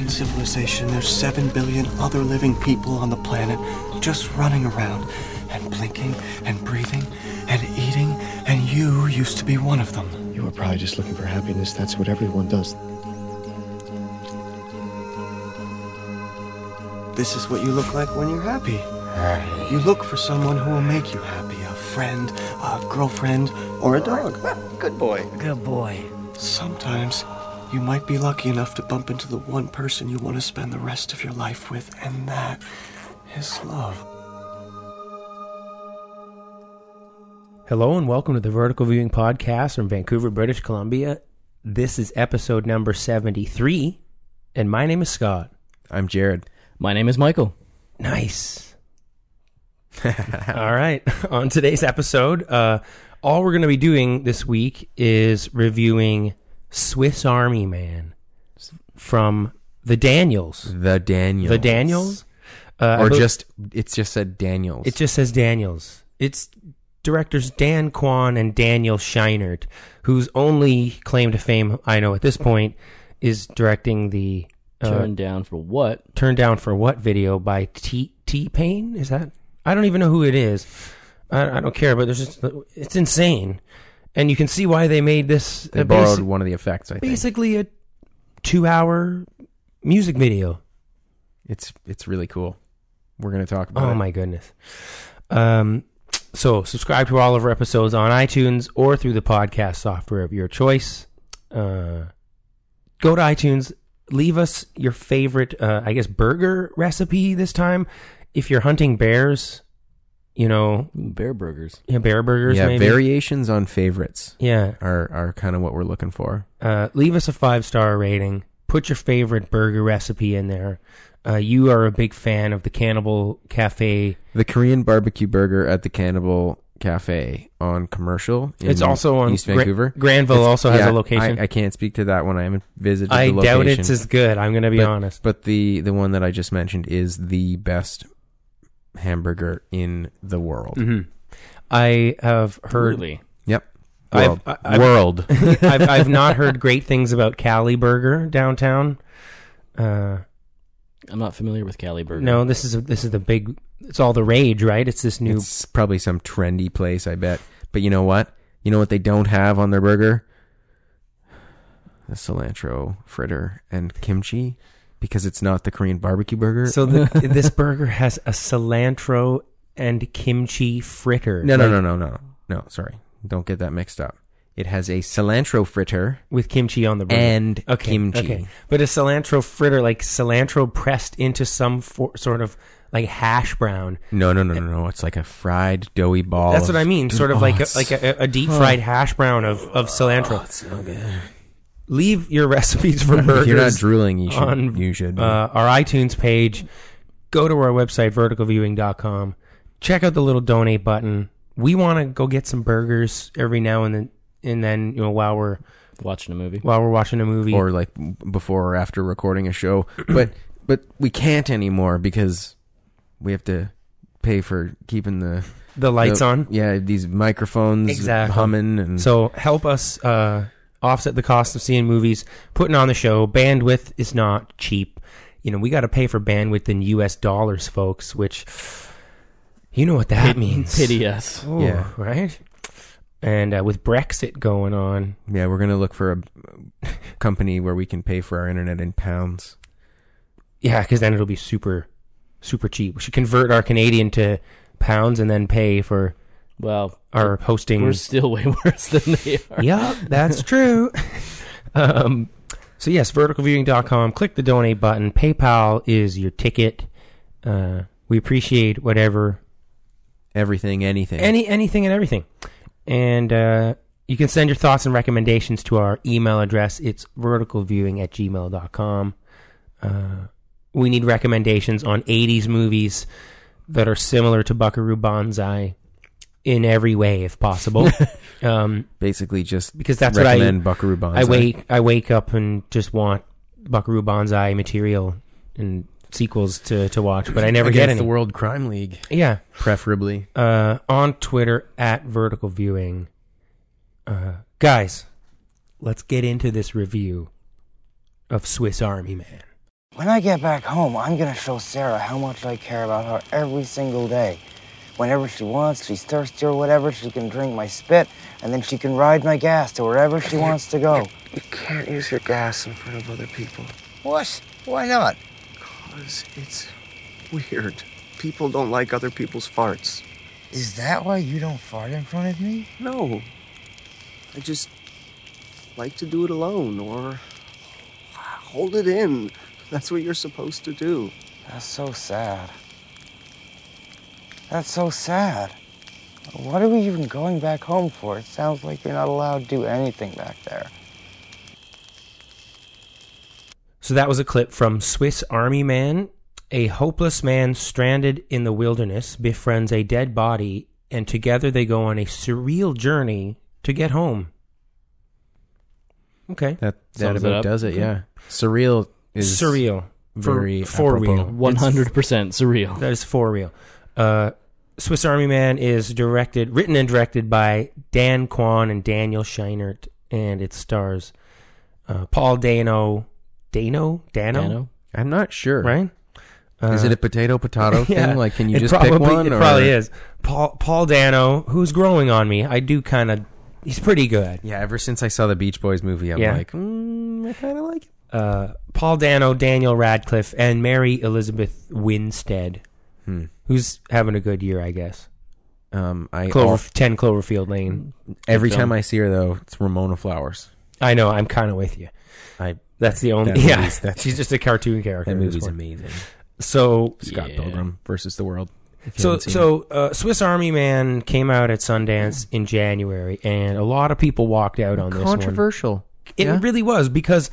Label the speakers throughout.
Speaker 1: realization there's seven billion other living people on the planet just running around and blinking and breathing and eating, and you used to be one of them.
Speaker 2: You were probably just looking for happiness. That's what everyone does.
Speaker 1: This is what you look like when you're happy. You look for someone who will make you happy a friend, a girlfriend, or a dog. Good boy.
Speaker 3: Good boy.
Speaker 1: Sometimes you might be lucky enough to bump into the one person you want to spend the rest of your life with, and that is love.
Speaker 4: Hello and welcome to the Vertical Viewing Podcast from Vancouver, British Columbia. This is episode number 73, and my name is Scott.
Speaker 5: I'm Jared.
Speaker 3: My name is Michael.
Speaker 4: Nice. all right. On today's episode, uh, all we're going to be doing this week is reviewing Swiss Army Man from the Daniels.
Speaker 5: The Daniels.
Speaker 4: The Daniels? Uh, I
Speaker 5: Or
Speaker 4: bel-
Speaker 5: just it's just said Daniels.
Speaker 4: It just says Daniels. It's directors Dan Kwan and Daniel Scheinert, whose only claim to fame I know at this point is directing the uh,
Speaker 3: Turned down for what?
Speaker 4: Turn Down for What video by T T Pain. Is that? I don't even know who it is. I, I don't care, but there's just it's insane, and you can see why they made this.
Speaker 5: they
Speaker 4: a
Speaker 5: borrowed
Speaker 4: basi-
Speaker 5: one of the effects. I think
Speaker 4: basically a two-hour music video.
Speaker 5: it's it's really cool. We're gonna talk about.
Speaker 4: Oh
Speaker 5: it.
Speaker 4: my goodness. Um, so subscribe to all of our episodes on iTunes or through the podcast software of your choice. Uh, go to iTunes, leave us your favorite, uh, I guess, burger recipe this time. If you're hunting bears, you know,
Speaker 3: Ooh, Bear burgers.
Speaker 4: yeah, bear burgers,
Speaker 5: Yeah,
Speaker 4: maybe.
Speaker 5: variations on favorites
Speaker 4: yeah.
Speaker 5: are are kind of what we're looking for.
Speaker 4: Uh, leave us a five star rating. Put your favorite burger recipe in there. Uh, you are a big fan of the Cannibal Cafe.
Speaker 5: The Korean barbecue burger at the Cannibal Cafe on Commercial. In
Speaker 4: It's also on
Speaker 5: East
Speaker 4: Gran-
Speaker 5: Vancouver.
Speaker 4: Granville
Speaker 5: It's-
Speaker 4: also has
Speaker 5: yeah,
Speaker 4: a location.
Speaker 5: I, I can't speak to that one. I haven't visited.
Speaker 4: I
Speaker 5: the
Speaker 4: doubt
Speaker 5: location.
Speaker 4: it's as good. I'm going to be
Speaker 5: but,
Speaker 4: honest.
Speaker 5: But the the one that I just mentioned is the best hamburger in the world.
Speaker 4: I have heard.
Speaker 3: Really?
Speaker 5: Yep.
Speaker 4: I've-
Speaker 5: World.
Speaker 4: I- I've-
Speaker 5: world.
Speaker 4: I've, I've not heard great things about Cali Burger downtown. Uh,
Speaker 3: I'm not familiar with Cali Burger.
Speaker 4: no, this is this is the big. It's all the rage, right? It's this new.
Speaker 5: It's probably some trendy place, I bet. But you know what? You know what they don't have on their burger? The cilantro fritter and kimchi, because it's not the Korean barbecue burger.
Speaker 4: so the, this burger has a cilantro and kimchi fritter.
Speaker 5: no,
Speaker 4: like,
Speaker 5: no, no, no, no, no. Sorry, don't get that mixed up. It has a cilantro fritter.
Speaker 4: With kimchi on the burger
Speaker 5: And
Speaker 4: okay,
Speaker 5: kimchi.
Speaker 4: okay. but a cilantro fritter, like cilantro pressed into some for, sort of like hash brown.
Speaker 5: No, no, no, no, no. It's like a fried doughy ball.
Speaker 4: That's
Speaker 5: of-
Speaker 4: what I mean. Sort of
Speaker 5: Oh,
Speaker 4: like a,
Speaker 5: it's-
Speaker 4: like a, a deep fried hash brown of of cilantro.
Speaker 5: it's so good.
Speaker 4: leave your recipes for
Speaker 5: If
Speaker 4: burgers
Speaker 5: you're not drooling, you should.
Speaker 4: on
Speaker 5: you should.
Speaker 4: Uh, our iTunes page. Go to our website, verticalviewing.com. Check out the little donate button. We want to go get some burgers every now and then, and then you know while we're
Speaker 3: Watching a movie.
Speaker 4: while we're watching a movie.
Speaker 5: or like b- before or after recording a show but but we can't anymore because we have to pay for keeping the
Speaker 4: the lights
Speaker 5: the-
Speaker 4: on.
Speaker 5: yeah these microphones
Speaker 4: Exactly.
Speaker 5: humming and
Speaker 4: Mm-hmm. So help us uh, offset the cost of seeing movies, putting on the show. Bandwidth is not cheap. You know, we got to pay for bandwidth in U.S. dollars, folks. Which you know what that means.
Speaker 3: Pity us.
Speaker 4: Ooh,
Speaker 5: Yeah.
Speaker 4: Right? And uh, with Brexit going on,
Speaker 5: yeah we're gonna look for a company where we can pay for our internet in pounds
Speaker 4: yeah, because then it'll be super, super cheap. We should convert our Canadian to pounds and then pay for
Speaker 3: Well,
Speaker 4: our hosting.
Speaker 3: we're still way worse than they are.
Speaker 4: yeah, that's true. um, so, yes, verticalviewing.com. Click the donate button. PayPal is your ticket. Uh, we appreciate whatever
Speaker 5: everything anything
Speaker 4: any anything and everything and uh, you can send your thoughts and recommendations to our email address it's verticalviewing at gmail.com uh, we need recommendations on 80s movies that are similar to buckaroo banzai in every way if possible um,
Speaker 5: basically just
Speaker 4: because that's what i
Speaker 5: recommend buckaroo bonds
Speaker 4: I wake I wake up and just want buckaroo banzai material and sequels to, to watch but i never
Speaker 5: Against
Speaker 4: get any
Speaker 5: the world crime league
Speaker 4: yeah
Speaker 5: preferably
Speaker 4: uh, on Twitter at Vertical Viewing. Uh, guys, let's get into this review of Swiss Army Man.
Speaker 6: When I get back home, I'm gonna show Sarah how much I care about her every single day. Whenever she wants, she's thirsty or whatever, she can drink my spit, and then she can ride my gas to wherever she wants to go.
Speaker 1: You can't use your gas in front of other people.
Speaker 6: What? Why not?
Speaker 1: Because it's weird. People don't like other people's farts.
Speaker 6: Is that why you don't fart in front of me?
Speaker 1: No. I just like to do it alone or hold it in. That's what you're supposed to do.
Speaker 6: That's so sad. That's so sad. What are we even going back home for? It sounds like you're not allowed to do anything back there.
Speaker 4: So that was a clip from Swiss Army Man. A hopeless man stranded in the wilderness befriends a dead body, and together they go on a surreal journey to get home. Okay.
Speaker 5: That that
Speaker 3: Sums it
Speaker 5: about
Speaker 3: up.
Speaker 5: does it. Yeah, surreal is
Speaker 4: surreal.
Speaker 5: very
Speaker 4: for, for
Speaker 5: apropos.
Speaker 4: real.
Speaker 3: One hundred percent surreal.
Speaker 4: That is for real. Uh, Swiss Army Man is directed, written and directed by Dan Kwan and Daniel Scheinert, and it stars uh, Paul Dano, Dano, Dano,
Speaker 3: Dano?
Speaker 5: I'm not sure.
Speaker 4: right? Uh-huh.
Speaker 5: is it a potato potato thing?
Speaker 4: Yeah.
Speaker 5: Like, can you
Speaker 4: It
Speaker 5: just
Speaker 4: probably,
Speaker 5: pick one?
Speaker 4: It
Speaker 5: or-
Speaker 4: probably is. Paul Paul Dano, who's growing on me. I do kind of. He's pretty good.
Speaker 5: Yeah. Ever since I saw the Beach Boys movie, I'm
Speaker 4: Yeah.
Speaker 5: like, mm, I kind of like. It.
Speaker 4: Uh, Paul Dano, Daniel Radcliffe, and Mary Elizabeth Winstead,
Speaker 5: Hmm.
Speaker 4: who's having a good year, I guess.
Speaker 5: Um, I
Speaker 4: Clover,
Speaker 5: al-
Speaker 4: ten Cloverfield Lane.
Speaker 5: every
Speaker 3: film.
Speaker 5: time I see her though, it's Ramona Flowers.
Speaker 4: I know. I'm kind of with you.
Speaker 5: I
Speaker 4: That's the only.
Speaker 5: That
Speaker 4: yeah,
Speaker 5: movie's- that's-
Speaker 4: she's just a cartoon character. at
Speaker 5: that
Speaker 4: this
Speaker 5: movie's
Speaker 4: point.
Speaker 5: amazing.
Speaker 4: So,
Speaker 5: Scott
Speaker 3: Yeah.
Speaker 5: Pilgrim versus the World. if you
Speaker 4: so,
Speaker 5: haven't seen
Speaker 4: so uh, Swiss Army Man came out at Sundance in January, and a lot of people walked out on
Speaker 5: it.
Speaker 4: this one.
Speaker 5: controversial.
Speaker 4: It
Speaker 5: Yeah?
Speaker 4: really was because,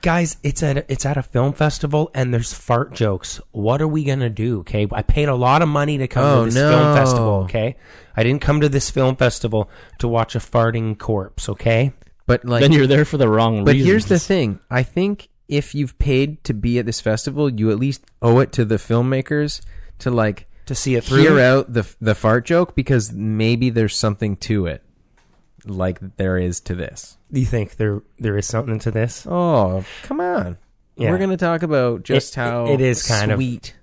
Speaker 4: guys, it's at a, it's at a film festival and there's fart jokes. What are we gonna do? Okay, I paid a lot of money to come
Speaker 5: Oh,
Speaker 4: to this
Speaker 5: no.
Speaker 4: film festival. Okay, I didn't come to this film festival to watch a farting corpse. Okay,
Speaker 5: but like,
Speaker 3: Then you're there for the wrong
Speaker 5: But
Speaker 3: reasons.
Speaker 5: here's the thing. I think if you've paid to be at this festival, you at least owe it to the filmmakers to like
Speaker 4: to see it through.
Speaker 5: hear out the the fart joke because maybe there's something to it, like there is to this.
Speaker 4: Do you think there there is something to this?
Speaker 5: Oh, come on.
Speaker 4: Yeah.
Speaker 5: We're gonna talk about just
Speaker 4: It-
Speaker 5: how
Speaker 4: it is kind of-
Speaker 5: sweet,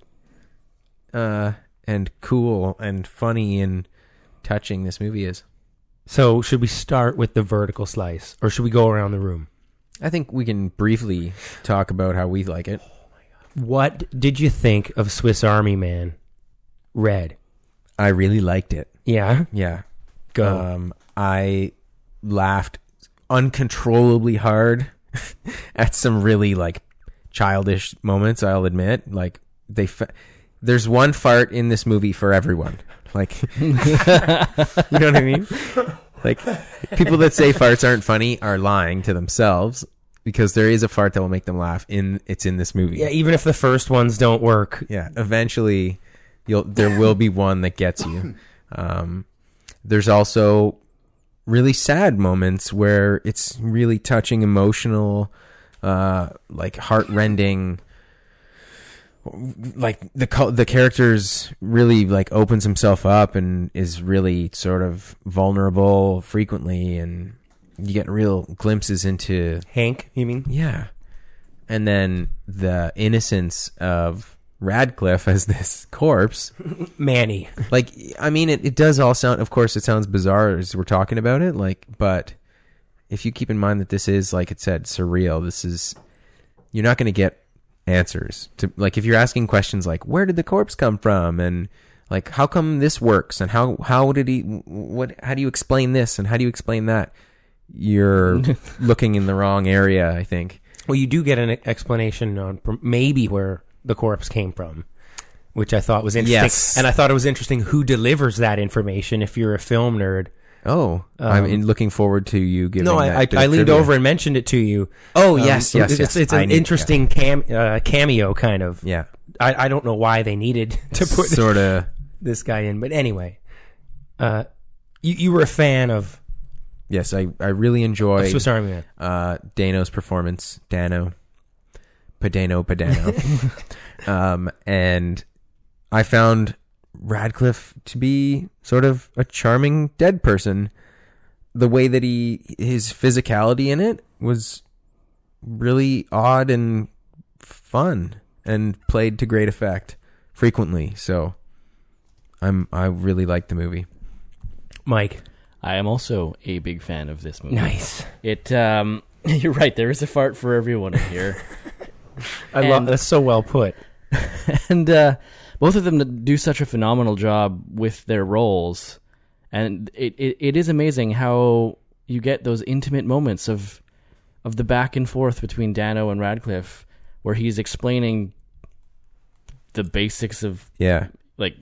Speaker 5: uh, and cool and funny and touching this movie is.
Speaker 4: So should we start with the vertical slice, or should we go around the room?
Speaker 5: I think we can briefly talk about how we like it.
Speaker 4: What did you think of Swiss Army Man? Red.
Speaker 5: I really liked it.
Speaker 4: Yeah.
Speaker 5: Yeah.
Speaker 4: Go.
Speaker 5: Um, I laughed uncontrollably hard at some really like childish moments. I'll admit, like they, fa- there's one fart in this movie for everyone. Like, you know what I mean? Like, people that say farts aren't funny are lying to themselves because there is a fart that will make them laugh. In it's in this movie.
Speaker 4: yeah. Even if the first ones don't work,
Speaker 5: Yeah, eventually you'll there will be one that gets you. Um, there's also really sad moments where it's really touching, emotional, uh, like heartrending. Like the co- the characters really like opens himself up and is really sort of vulnerable frequently, and you get real glimpses into
Speaker 4: Hank. You mean?
Speaker 5: yeah. And then the innocence of Radcliffe as this corpse.
Speaker 4: Manny.
Speaker 5: Like, I mean, it, it does all sound, of course, it sounds bizarre as we're talking about it. Like, but if you keep in mind that this is, like it said, surreal, this is, you're not going to get answers to, like, if you're asking questions like, where did the corpse come from? And, like, how come this works? And how, how did he, what, how do you explain this? And how do you explain that? You're looking in the wrong area, I think.
Speaker 4: Well, you do get an explanation on pr- maybe where the corpse came from, which I thought was interesting.
Speaker 5: Yes.
Speaker 4: And I thought it was interesting who delivers that information if you're a film nerd.
Speaker 5: Oh, I'm in looking forward to you giving.
Speaker 4: Um, No,
Speaker 5: that
Speaker 4: I, I,
Speaker 5: bit of
Speaker 4: I leaned
Speaker 5: trivia.
Speaker 4: over and mentioned it to you.
Speaker 5: Oh, yes, yes,
Speaker 4: Um, it's,
Speaker 5: yes.
Speaker 4: It's
Speaker 5: I
Speaker 4: an
Speaker 5: need-
Speaker 4: interesting cam, uh, cameo, kind of.
Speaker 5: Yeah,
Speaker 4: I, I don't know why they needed to put
Speaker 5: sort of.
Speaker 4: this guy in, but anyway, uh, you, you were a fan of
Speaker 5: Yes, I, I really
Speaker 4: of
Speaker 5: enjoy
Speaker 4: Swiss Army Man.
Speaker 5: uh, Dano's performance. Dano, Padano, Padano, um, and I found Radcliffe to be sort of a charming dead person. The way that he his physicality in it was really odd and fun and played to great effect frequently. So I'm I really like the movie.
Speaker 4: Mike.
Speaker 3: I am also a big fan of this movie.
Speaker 4: Nice.
Speaker 3: It. Um, you're right. There is a fart for everyone in here.
Speaker 4: I
Speaker 3: And-
Speaker 4: love that's so well put.
Speaker 3: and uh, both of them do such a phenomenal job with their roles, and it, it, it is amazing how you get those intimate moments of of the back and forth between Dano and Radcliffe, where he's explaining the basics of
Speaker 5: Yeah.
Speaker 3: like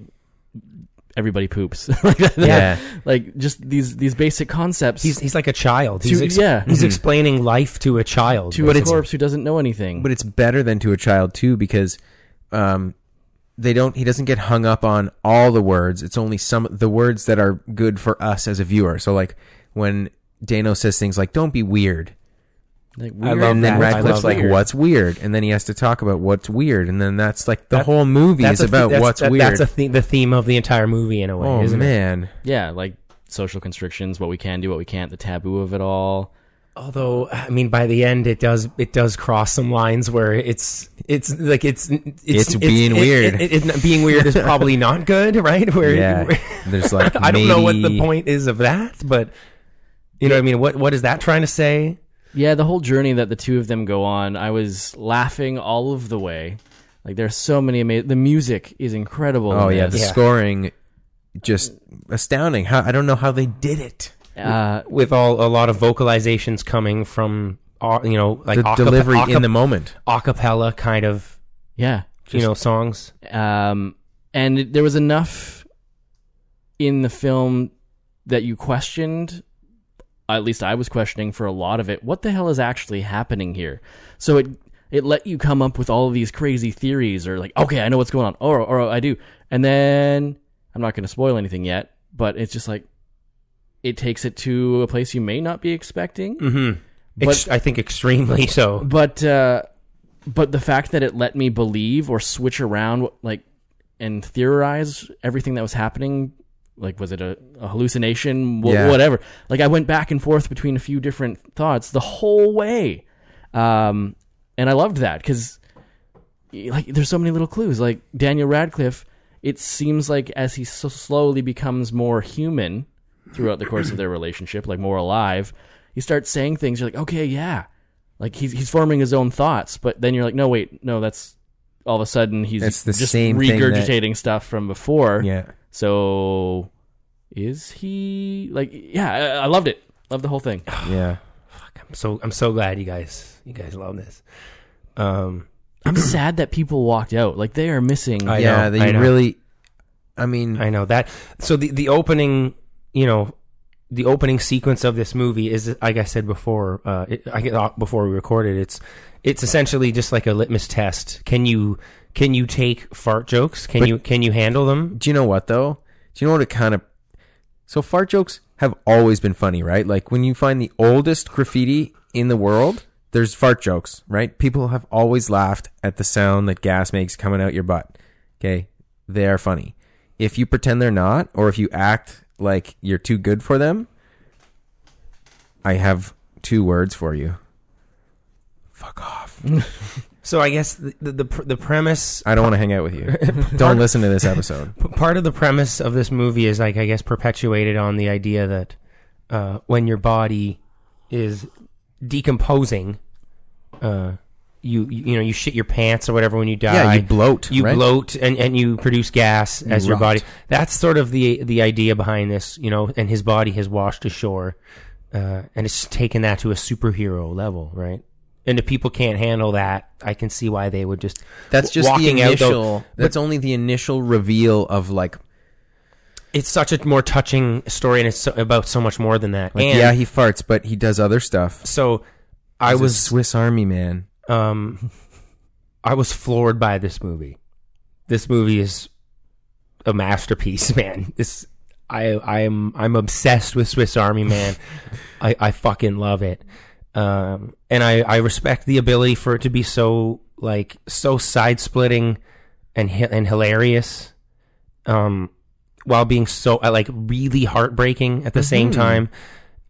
Speaker 3: everybody poops, like, that-
Speaker 5: Yeah.
Speaker 3: like just these these basic concepts
Speaker 4: He's he's like a child. He's
Speaker 3: To- yeah.
Speaker 5: Mm-hmm.
Speaker 4: he's explaining life to a child.
Speaker 3: to a corpse who doesn't know anything.
Speaker 5: But it's better than to a child too because um they don't he doesn't get hung up on all the words. It's only some the words that are good for us as a viewer. So like when Dano says things like don't be weird
Speaker 3: like,
Speaker 4: I
Speaker 3: weird.
Speaker 4: love
Speaker 5: and then
Speaker 4: that. I
Speaker 5: Radcliffe's
Speaker 4: love
Speaker 5: like,
Speaker 4: weird.
Speaker 5: "What's weird?" And then he has to talk about what's weird, and then that's like the
Speaker 4: That-
Speaker 5: whole movie is
Speaker 4: a the-
Speaker 5: about
Speaker 4: that's-
Speaker 5: what's
Speaker 4: that-
Speaker 5: weird.
Speaker 4: That's a the- the theme of the entire movie in a way,
Speaker 5: oh
Speaker 4: isn't it?
Speaker 5: man,
Speaker 3: yeah, like social constrictions, what we can do, what we can't, the taboo of it all.
Speaker 4: Although I mean, by the end, it does it does cross some lines where it's it's like it's it's,
Speaker 5: It's being
Speaker 4: it-
Speaker 5: weird.
Speaker 4: It, it- it- being weird is probably not good, right? Where
Speaker 5: yeah. There's like
Speaker 4: I don't know what the
Speaker 5: maybe-
Speaker 4: point is of that, but you know what I mean. What what is that trying to say?
Speaker 3: Yeah, the whole journey that the two of them go on, I was laughing all of the way. Like there's so many amazing. The music is incredible.
Speaker 5: Oh
Speaker 3: in
Speaker 5: yeah, the
Speaker 3: this.
Speaker 4: Yeah.
Speaker 5: scoring just astounding. How I don't know how they did it.
Speaker 3: Uh,
Speaker 4: With all a lot of vocalizations coming from uh, you know like
Speaker 5: The
Speaker 4: acape-
Speaker 5: delivery
Speaker 4: acape-
Speaker 5: in the moment.
Speaker 4: acapella kind of
Speaker 3: yeah.
Speaker 4: you know songs.
Speaker 3: Um, and it- there was enough in the film that you questioned. At least I was questioning for a lot of it. What the hell is actually happening here? So it it let you come up with all of these crazy theories, or like, okay, I know what's going on, or or I do. And then I'm not going to spoil anything yet, but it's just like it takes it to a place you may not be expecting.
Speaker 4: Ex- I think extremely so.
Speaker 3: but uh, but the fact that it let me believe or switch around like and theorize everything that was happening like was it a, a hallucination Wha-
Speaker 5: Yeah.
Speaker 3: whatever like i went back and forth between a few different thoughts the whole way um, and i loved that because like there's so many little clues like daniel radcliffe it seems like as he so slowly becomes more human throughout the course of their relationship like more alive he starts saying things you're like okay yeah like he's he's forming his own thoughts, but then you're like, no, wait, no, that's all of a sudden he's
Speaker 5: That's the
Speaker 3: just
Speaker 5: same thing that-
Speaker 3: regurgitating stuff from before.
Speaker 5: Yeah.
Speaker 3: So is he like? Yeah, I, I loved it. Loved the whole thing.
Speaker 5: Yeah.
Speaker 4: I'm so I'm so glad you guys you guys love this. Um,
Speaker 3: I'm sad that people walked out. Like they are missing.
Speaker 4: I
Speaker 5: yeah,
Speaker 4: know,
Speaker 5: they
Speaker 4: I know.
Speaker 5: really I mean
Speaker 4: I know that. So the the opening, you know, the opening sequence of this movie is, like I said before, uh, it, I get uh, before we recorded. It's it's essentially just like a litmus test. Can you can you take fart jokes? Can you can you handle them?
Speaker 5: do you know what though? Do you know what it kind of? So fart jokes have always been funny, right? Like when you find the oldest graffiti in the world, there's fart jokes, right? People have always laughed at the sound that gas makes coming out your butt. Okay, they are funny. If you pretend they're not, or if you act like you're too good for them, I have two words for you. Fuck off.
Speaker 4: So I guess the the, the, pr- the premise
Speaker 5: I don't want to hang out with you. Don't listen to this episode.
Speaker 4: p- part of the premise of this movie is like I guess perpetuated on the idea that uh, when your body is decomposing, uh, you you know you shit your pants or whatever when you die.
Speaker 5: Yeah, you bloat,
Speaker 4: You
Speaker 5: right?
Speaker 4: bloat and, and you produce gas as your
Speaker 5: rot.
Speaker 4: body. That's sort of the the idea behind this, you know. And his body has washed ashore, uh, and it's taken that to a superhero level, right? And if people can't handle that, I can see why they would just
Speaker 5: That's just the
Speaker 4: walking out, though-
Speaker 5: initial. that's only the initial reveal of like,
Speaker 4: it's such a more touching story, and it's so, about so much more than that.
Speaker 5: like,
Speaker 4: and
Speaker 5: yeah, he farts, but he does other stuff.
Speaker 4: so I
Speaker 5: He's a
Speaker 4: was
Speaker 5: Swiss Army man.
Speaker 4: um, I was floored by this movie. This movie is a masterpiece, man. This I I am I'm obsessed with Swiss Army Man. I I fucking love it. Um, and I I respect the ability for it to be so like so side splitting and hi- and hilarious. Um, while being so uh, like really heartbreaking at the same
Speaker 5: Mm-hmm.
Speaker 4: time,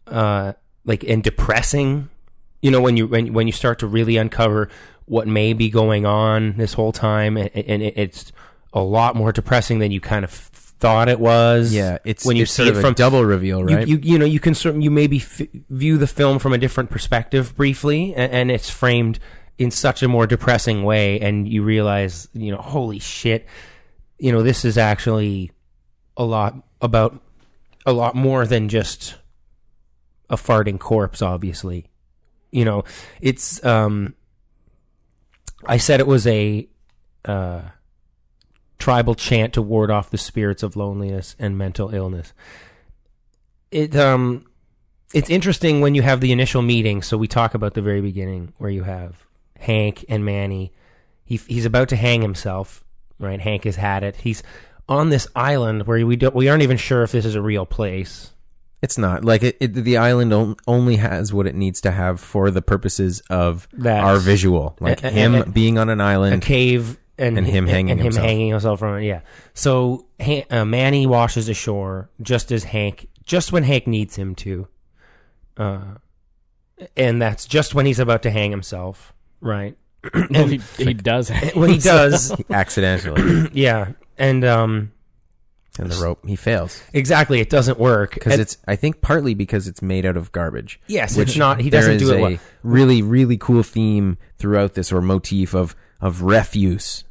Speaker 4: uh, like and depressing you know when you when when you start to really uncover what may be going on this whole time, and, and it- it's a lot more depressing than you kind of thought it was.
Speaker 5: Yeah, it's
Speaker 4: when you
Speaker 5: it's
Speaker 4: see
Speaker 5: sort
Speaker 4: it
Speaker 5: of
Speaker 4: from
Speaker 5: a double reveal, right?
Speaker 4: You, you you know you can certain you maybe f- view the film from a different perspective briefly, and, and it's framed in such a more depressing way, and you realize you know holy shit, you know this is actually a lot about a lot more than just a farting corpse. Obviously, you know it's um. I said it was a uh, tribal chant to ward off the spirits of loneliness and mental illness it um it's interesting when you have the initial meeting so we talk about the very beginning where you have hank and manny he, he's about to hang himself right hank has had it he's on this island where we don't we aren't even sure if this is a real place
Speaker 5: it's not like it, it, the island on- only has what it needs to have for the purposes of
Speaker 4: That's-
Speaker 5: our visual, like
Speaker 4: A- a-
Speaker 5: him
Speaker 4: a-
Speaker 5: being on an
Speaker 4: a
Speaker 5: island.
Speaker 4: cave and,
Speaker 5: and him hanging
Speaker 4: and him
Speaker 5: himself.
Speaker 4: hanging himself from it yeah so Han- uh, manny washes ashore just as hank just when hank needs him to uh and that's just when he's about to hang himself right
Speaker 3: No, he, he does.
Speaker 4: when he does
Speaker 5: accidentally,
Speaker 4: yeah and um
Speaker 5: and the rope he fails
Speaker 4: exactly it doesn't work
Speaker 5: because
Speaker 4: And-
Speaker 5: it's. I think partly because it's made out of garbage.
Speaker 4: yes
Speaker 5: which
Speaker 4: it's not he
Speaker 5: there
Speaker 4: doesn't
Speaker 5: is
Speaker 4: do it
Speaker 5: a
Speaker 4: well
Speaker 5: Really, really cool theme throughout this, or motif of of refuse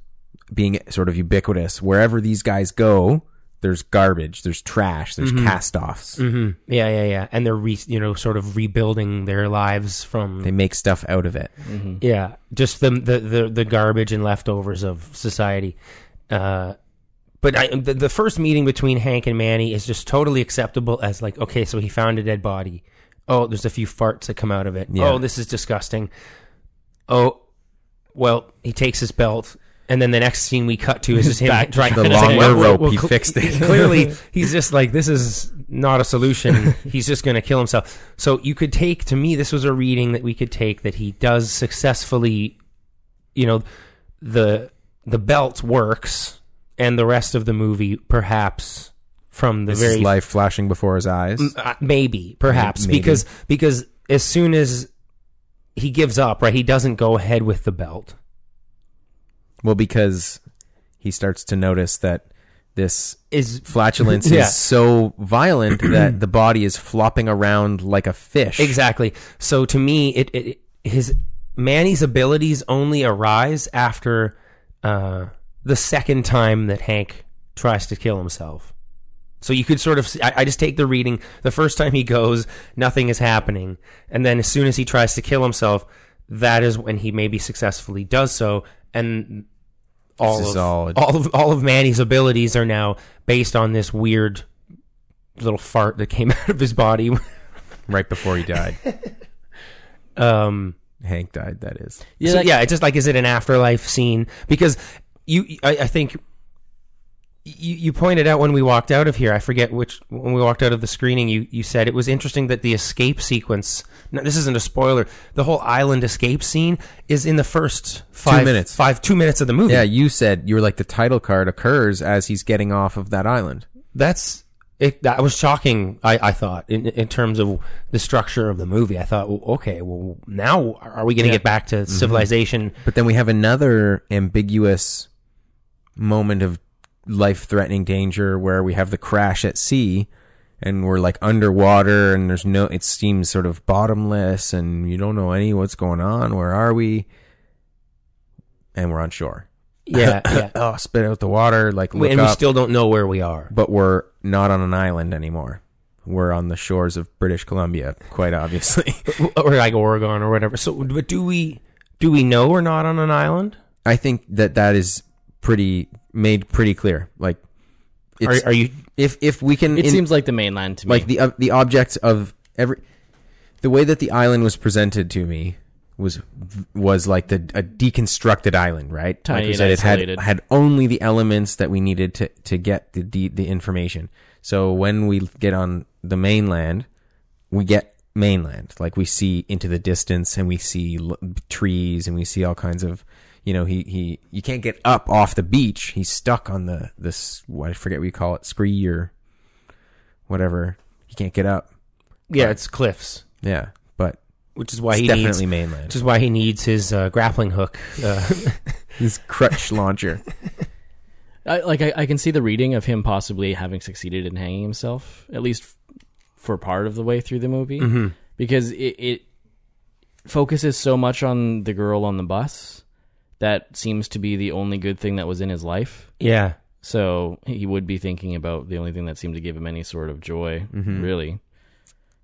Speaker 5: being sort of ubiquitous wherever these guys go. There's garbage. There's trash. There's
Speaker 4: Mm-hmm.
Speaker 5: cast-offs.
Speaker 4: hmm yeah yeah yeah and they're re- you know sort of rebuilding their lives from
Speaker 5: They make stuff out of it.
Speaker 4: yeah just the, the the the garbage and leftovers of society uh but I, the, the first meeting between Hank and Manny is just totally acceptable as like, okay, so he found a dead body. Oh, there's a few farts that come out of it.
Speaker 5: Yeah.
Speaker 4: Oh, this is disgusting. Oh, well, he takes his belt, and then the next scene we cut to is just him
Speaker 3: Back
Speaker 4: trying
Speaker 5: The
Speaker 4: to
Speaker 5: longer
Speaker 4: Well, well,
Speaker 5: rope,
Speaker 4: well,
Speaker 5: he
Speaker 4: cl-
Speaker 5: fixed it.
Speaker 4: Clearly, he's just like, this is not a solution. He's just going to kill himself. So you could take, to me, this was a reading that we could take that he does successfully, you know, the the belt works, and the rest of the movie perhaps from the
Speaker 5: This
Speaker 4: very
Speaker 5: is life flashing before his eyes.
Speaker 4: uh, maybe perhaps
Speaker 5: Maybe.
Speaker 4: because because as soon as he gives up, right, he doesn't go ahead with the belt.
Speaker 5: Well, because he starts to notice that this
Speaker 4: Is
Speaker 5: flatulence
Speaker 4: Yeah.
Speaker 5: is so violent that the body is flopping around like a fish.
Speaker 4: Exactly. So to me, it, it his Manny's abilities only arise after uh, the second time that Hank tries to kill himself. So you could sort of, see, I, I just take the reading. The first time he goes, nothing is happening, and then as soon as he tries to kill himself, that is when he maybe successfully does so, and all
Speaker 5: This is
Speaker 4: of,
Speaker 5: all-
Speaker 4: all of all of Manny's abilities are now based on this weird little fart that came out of his body.
Speaker 5: Right before he died.
Speaker 4: Um,
Speaker 5: Hank died, that is.
Speaker 3: yeah,
Speaker 4: so
Speaker 3: like-
Speaker 4: yeah, it's just like is it an afterlife scene? Because you, I, I think you, you pointed out when we walked out of here. I forget which when we walked out of the screening. You you said it was interesting that the escape sequence. No, this isn't a spoiler. The whole island escape scene is in the first five
Speaker 5: minutes.
Speaker 4: Five two minutes of the movie.
Speaker 5: Yeah, you said you were like the title card occurs as he's getting off of that island.
Speaker 4: that's it. That was shocking. I I thought in in terms of the structure of the movie. I thought well, okay, well now are we going to get back to
Speaker 5: Mm-hmm.
Speaker 4: civilization?
Speaker 5: But then we have another ambiguous moment of life threatening danger where we have the crash at sea and we're like underwater and there's no it seems sort of bottomless and you don't know any what's going on where are we and we're on shore
Speaker 4: Yeah, Uh, yeah.
Speaker 5: oh spit out the water like look
Speaker 4: and we
Speaker 5: up,
Speaker 4: still don't know where we are.
Speaker 5: but we're not on an island anymore we're on the shores of British Columbia quite obviously
Speaker 4: or like Oregon or whatever. So, but do we do we know we're not on an island?
Speaker 5: I think that that is pretty made pretty clear like
Speaker 4: Are,
Speaker 5: it's-
Speaker 4: are you?
Speaker 5: if if we can
Speaker 3: it
Speaker 5: in-
Speaker 3: seems like the mainland to me.
Speaker 5: like the uh, the objects of every the way that the island was presented to me was was like the a deconstructed island right
Speaker 3: Tiny
Speaker 5: like we
Speaker 3: and
Speaker 5: said, it had
Speaker 3: isolated.
Speaker 5: had only the elements that we needed to to get the the, the information so when we get on the mainland we get mainland like we see into the distance and we see l- trees and we see all kinds of you know he he you can't get up off the beach he's stuck on the this i forget what you call it scree or whatever he can't get up
Speaker 4: Yeah, it's cliffs.
Speaker 5: yeah but
Speaker 4: which is why
Speaker 5: It's
Speaker 4: he
Speaker 5: definitely
Speaker 4: needs,
Speaker 5: mainland.
Speaker 4: which is why he needs his uh, grappling hook. Uh,
Speaker 5: His crutch launcher.
Speaker 3: I, like I, I can see the reading of him possibly having succeeded in hanging himself at least f- for part of the way through the movie
Speaker 4: Mm-hmm.
Speaker 3: because it, it focuses so much on the girl on the bus that seems to be the only good thing that was in his life
Speaker 4: yeah,
Speaker 3: so he would be thinking about the only thing that seemed to give him any sort of joy
Speaker 5: Mm-hmm.
Speaker 3: really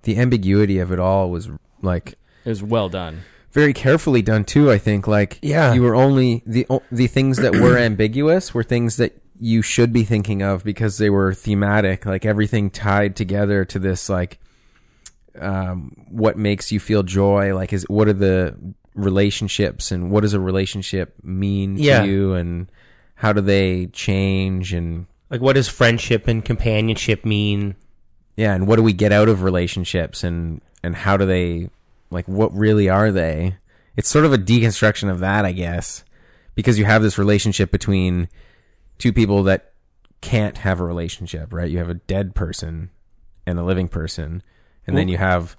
Speaker 5: The ambiguity of it all was like
Speaker 3: it was well done
Speaker 5: very carefully done too. I think like
Speaker 4: Yeah.
Speaker 5: you were only the o- the things that were ambiguous were things that you should be thinking of because they were thematic, like everything tied together to this like um, what makes you feel joy, like is what are the relationships and what does a relationship mean
Speaker 4: Yeah.
Speaker 5: to you and how do they change and
Speaker 4: like what does friendship and companionship mean?
Speaker 5: yeah and what do we get out of relationships and and how do they like what really are they it's sort of a deconstruction of that i guess because you have this relationship between two people that can't have a relationship right you have a dead person and a living person and then you have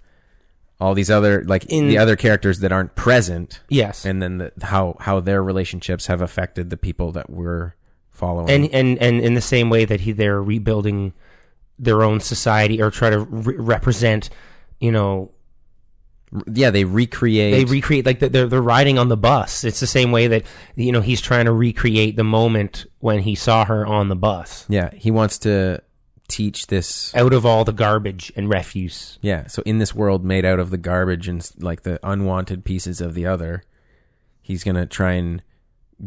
Speaker 5: all these other like
Speaker 4: In-
Speaker 5: the other characters that aren't present
Speaker 4: Yes,
Speaker 5: and then the, how how their relationships have affected the people that we're following
Speaker 4: and and and in the same way that he they're rebuilding their own society or try to re- represent, you know,
Speaker 5: yeah they recreate
Speaker 4: they recreate like they're they're riding on the bus. It's the same way that you know he's trying to recreate the moment when he saw her on the bus
Speaker 5: yeah he wants to teach this
Speaker 4: out of all the garbage and refuse.
Speaker 5: Yeah, so in this world made out of the garbage and like the unwanted pieces of the other, he's going to try and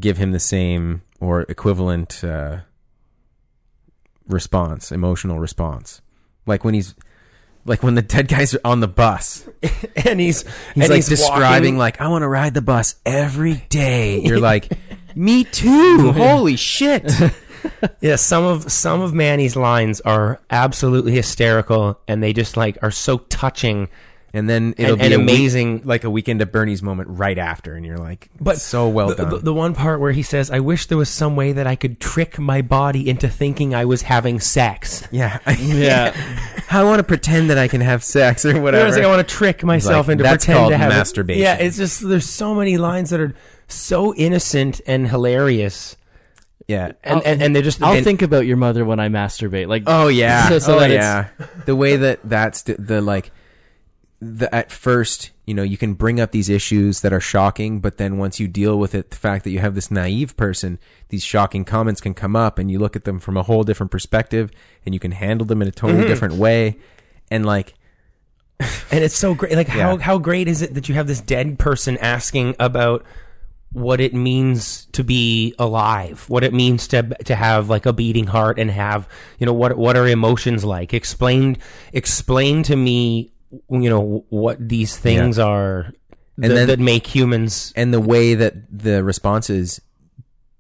Speaker 5: give him the same or equivalent uh, response, emotional response. Like when he's like when the dead guys are on the bus,
Speaker 4: and he's
Speaker 5: he's
Speaker 4: and
Speaker 5: like
Speaker 4: he's
Speaker 5: describing
Speaker 4: walking-
Speaker 5: like I want to ride the bus every day. You're like, me too. Holy shit.
Speaker 4: yeah some of some of Manny's lines are absolutely hysterical and they just like are so touching
Speaker 5: And then it'll
Speaker 4: And-
Speaker 5: be
Speaker 4: and
Speaker 5: a week-
Speaker 4: amazing-
Speaker 5: like a weekend at Bernie's moment right after, and you're like,
Speaker 4: but
Speaker 5: so well
Speaker 4: the,
Speaker 5: done.
Speaker 4: The, the one part where he says I wish there was some way that I could trick my body into thinking I was having sex.
Speaker 5: yeah,
Speaker 3: yeah
Speaker 5: I want to pretend that I can have sex or whatever.
Speaker 4: I want to trick myself
Speaker 5: like,
Speaker 4: into
Speaker 5: "That's
Speaker 4: pretend
Speaker 5: called
Speaker 4: to have it."
Speaker 5: masturbation.
Speaker 4: Yeah, it's just there's so many lines that are so innocent and hilarious,
Speaker 5: yeah.
Speaker 4: and and, and they're just.
Speaker 3: i'll
Speaker 4: and-
Speaker 3: think about your mother when i masturbate like
Speaker 5: Oh yeah.
Speaker 3: So- so
Speaker 5: oh
Speaker 3: that it's-
Speaker 5: yeah. The way that that's the, the like the at first, you know, you can bring up these issues that are shocking, but then once you deal with it, the fact that you have this naive person, these shocking comments can come up and you look at them from a whole different perspective and you can handle them in a totally different way. And like
Speaker 4: and it's so great. Like how
Speaker 5: Yeah.
Speaker 4: how great is it that you have this dead person asking about what it means to be alive, what it means to to have like a beating heart and have you know what what are emotions like? Explain explain to me, you know what these things are. that,
Speaker 5: then-
Speaker 4: that make humans
Speaker 5: and the way that the responses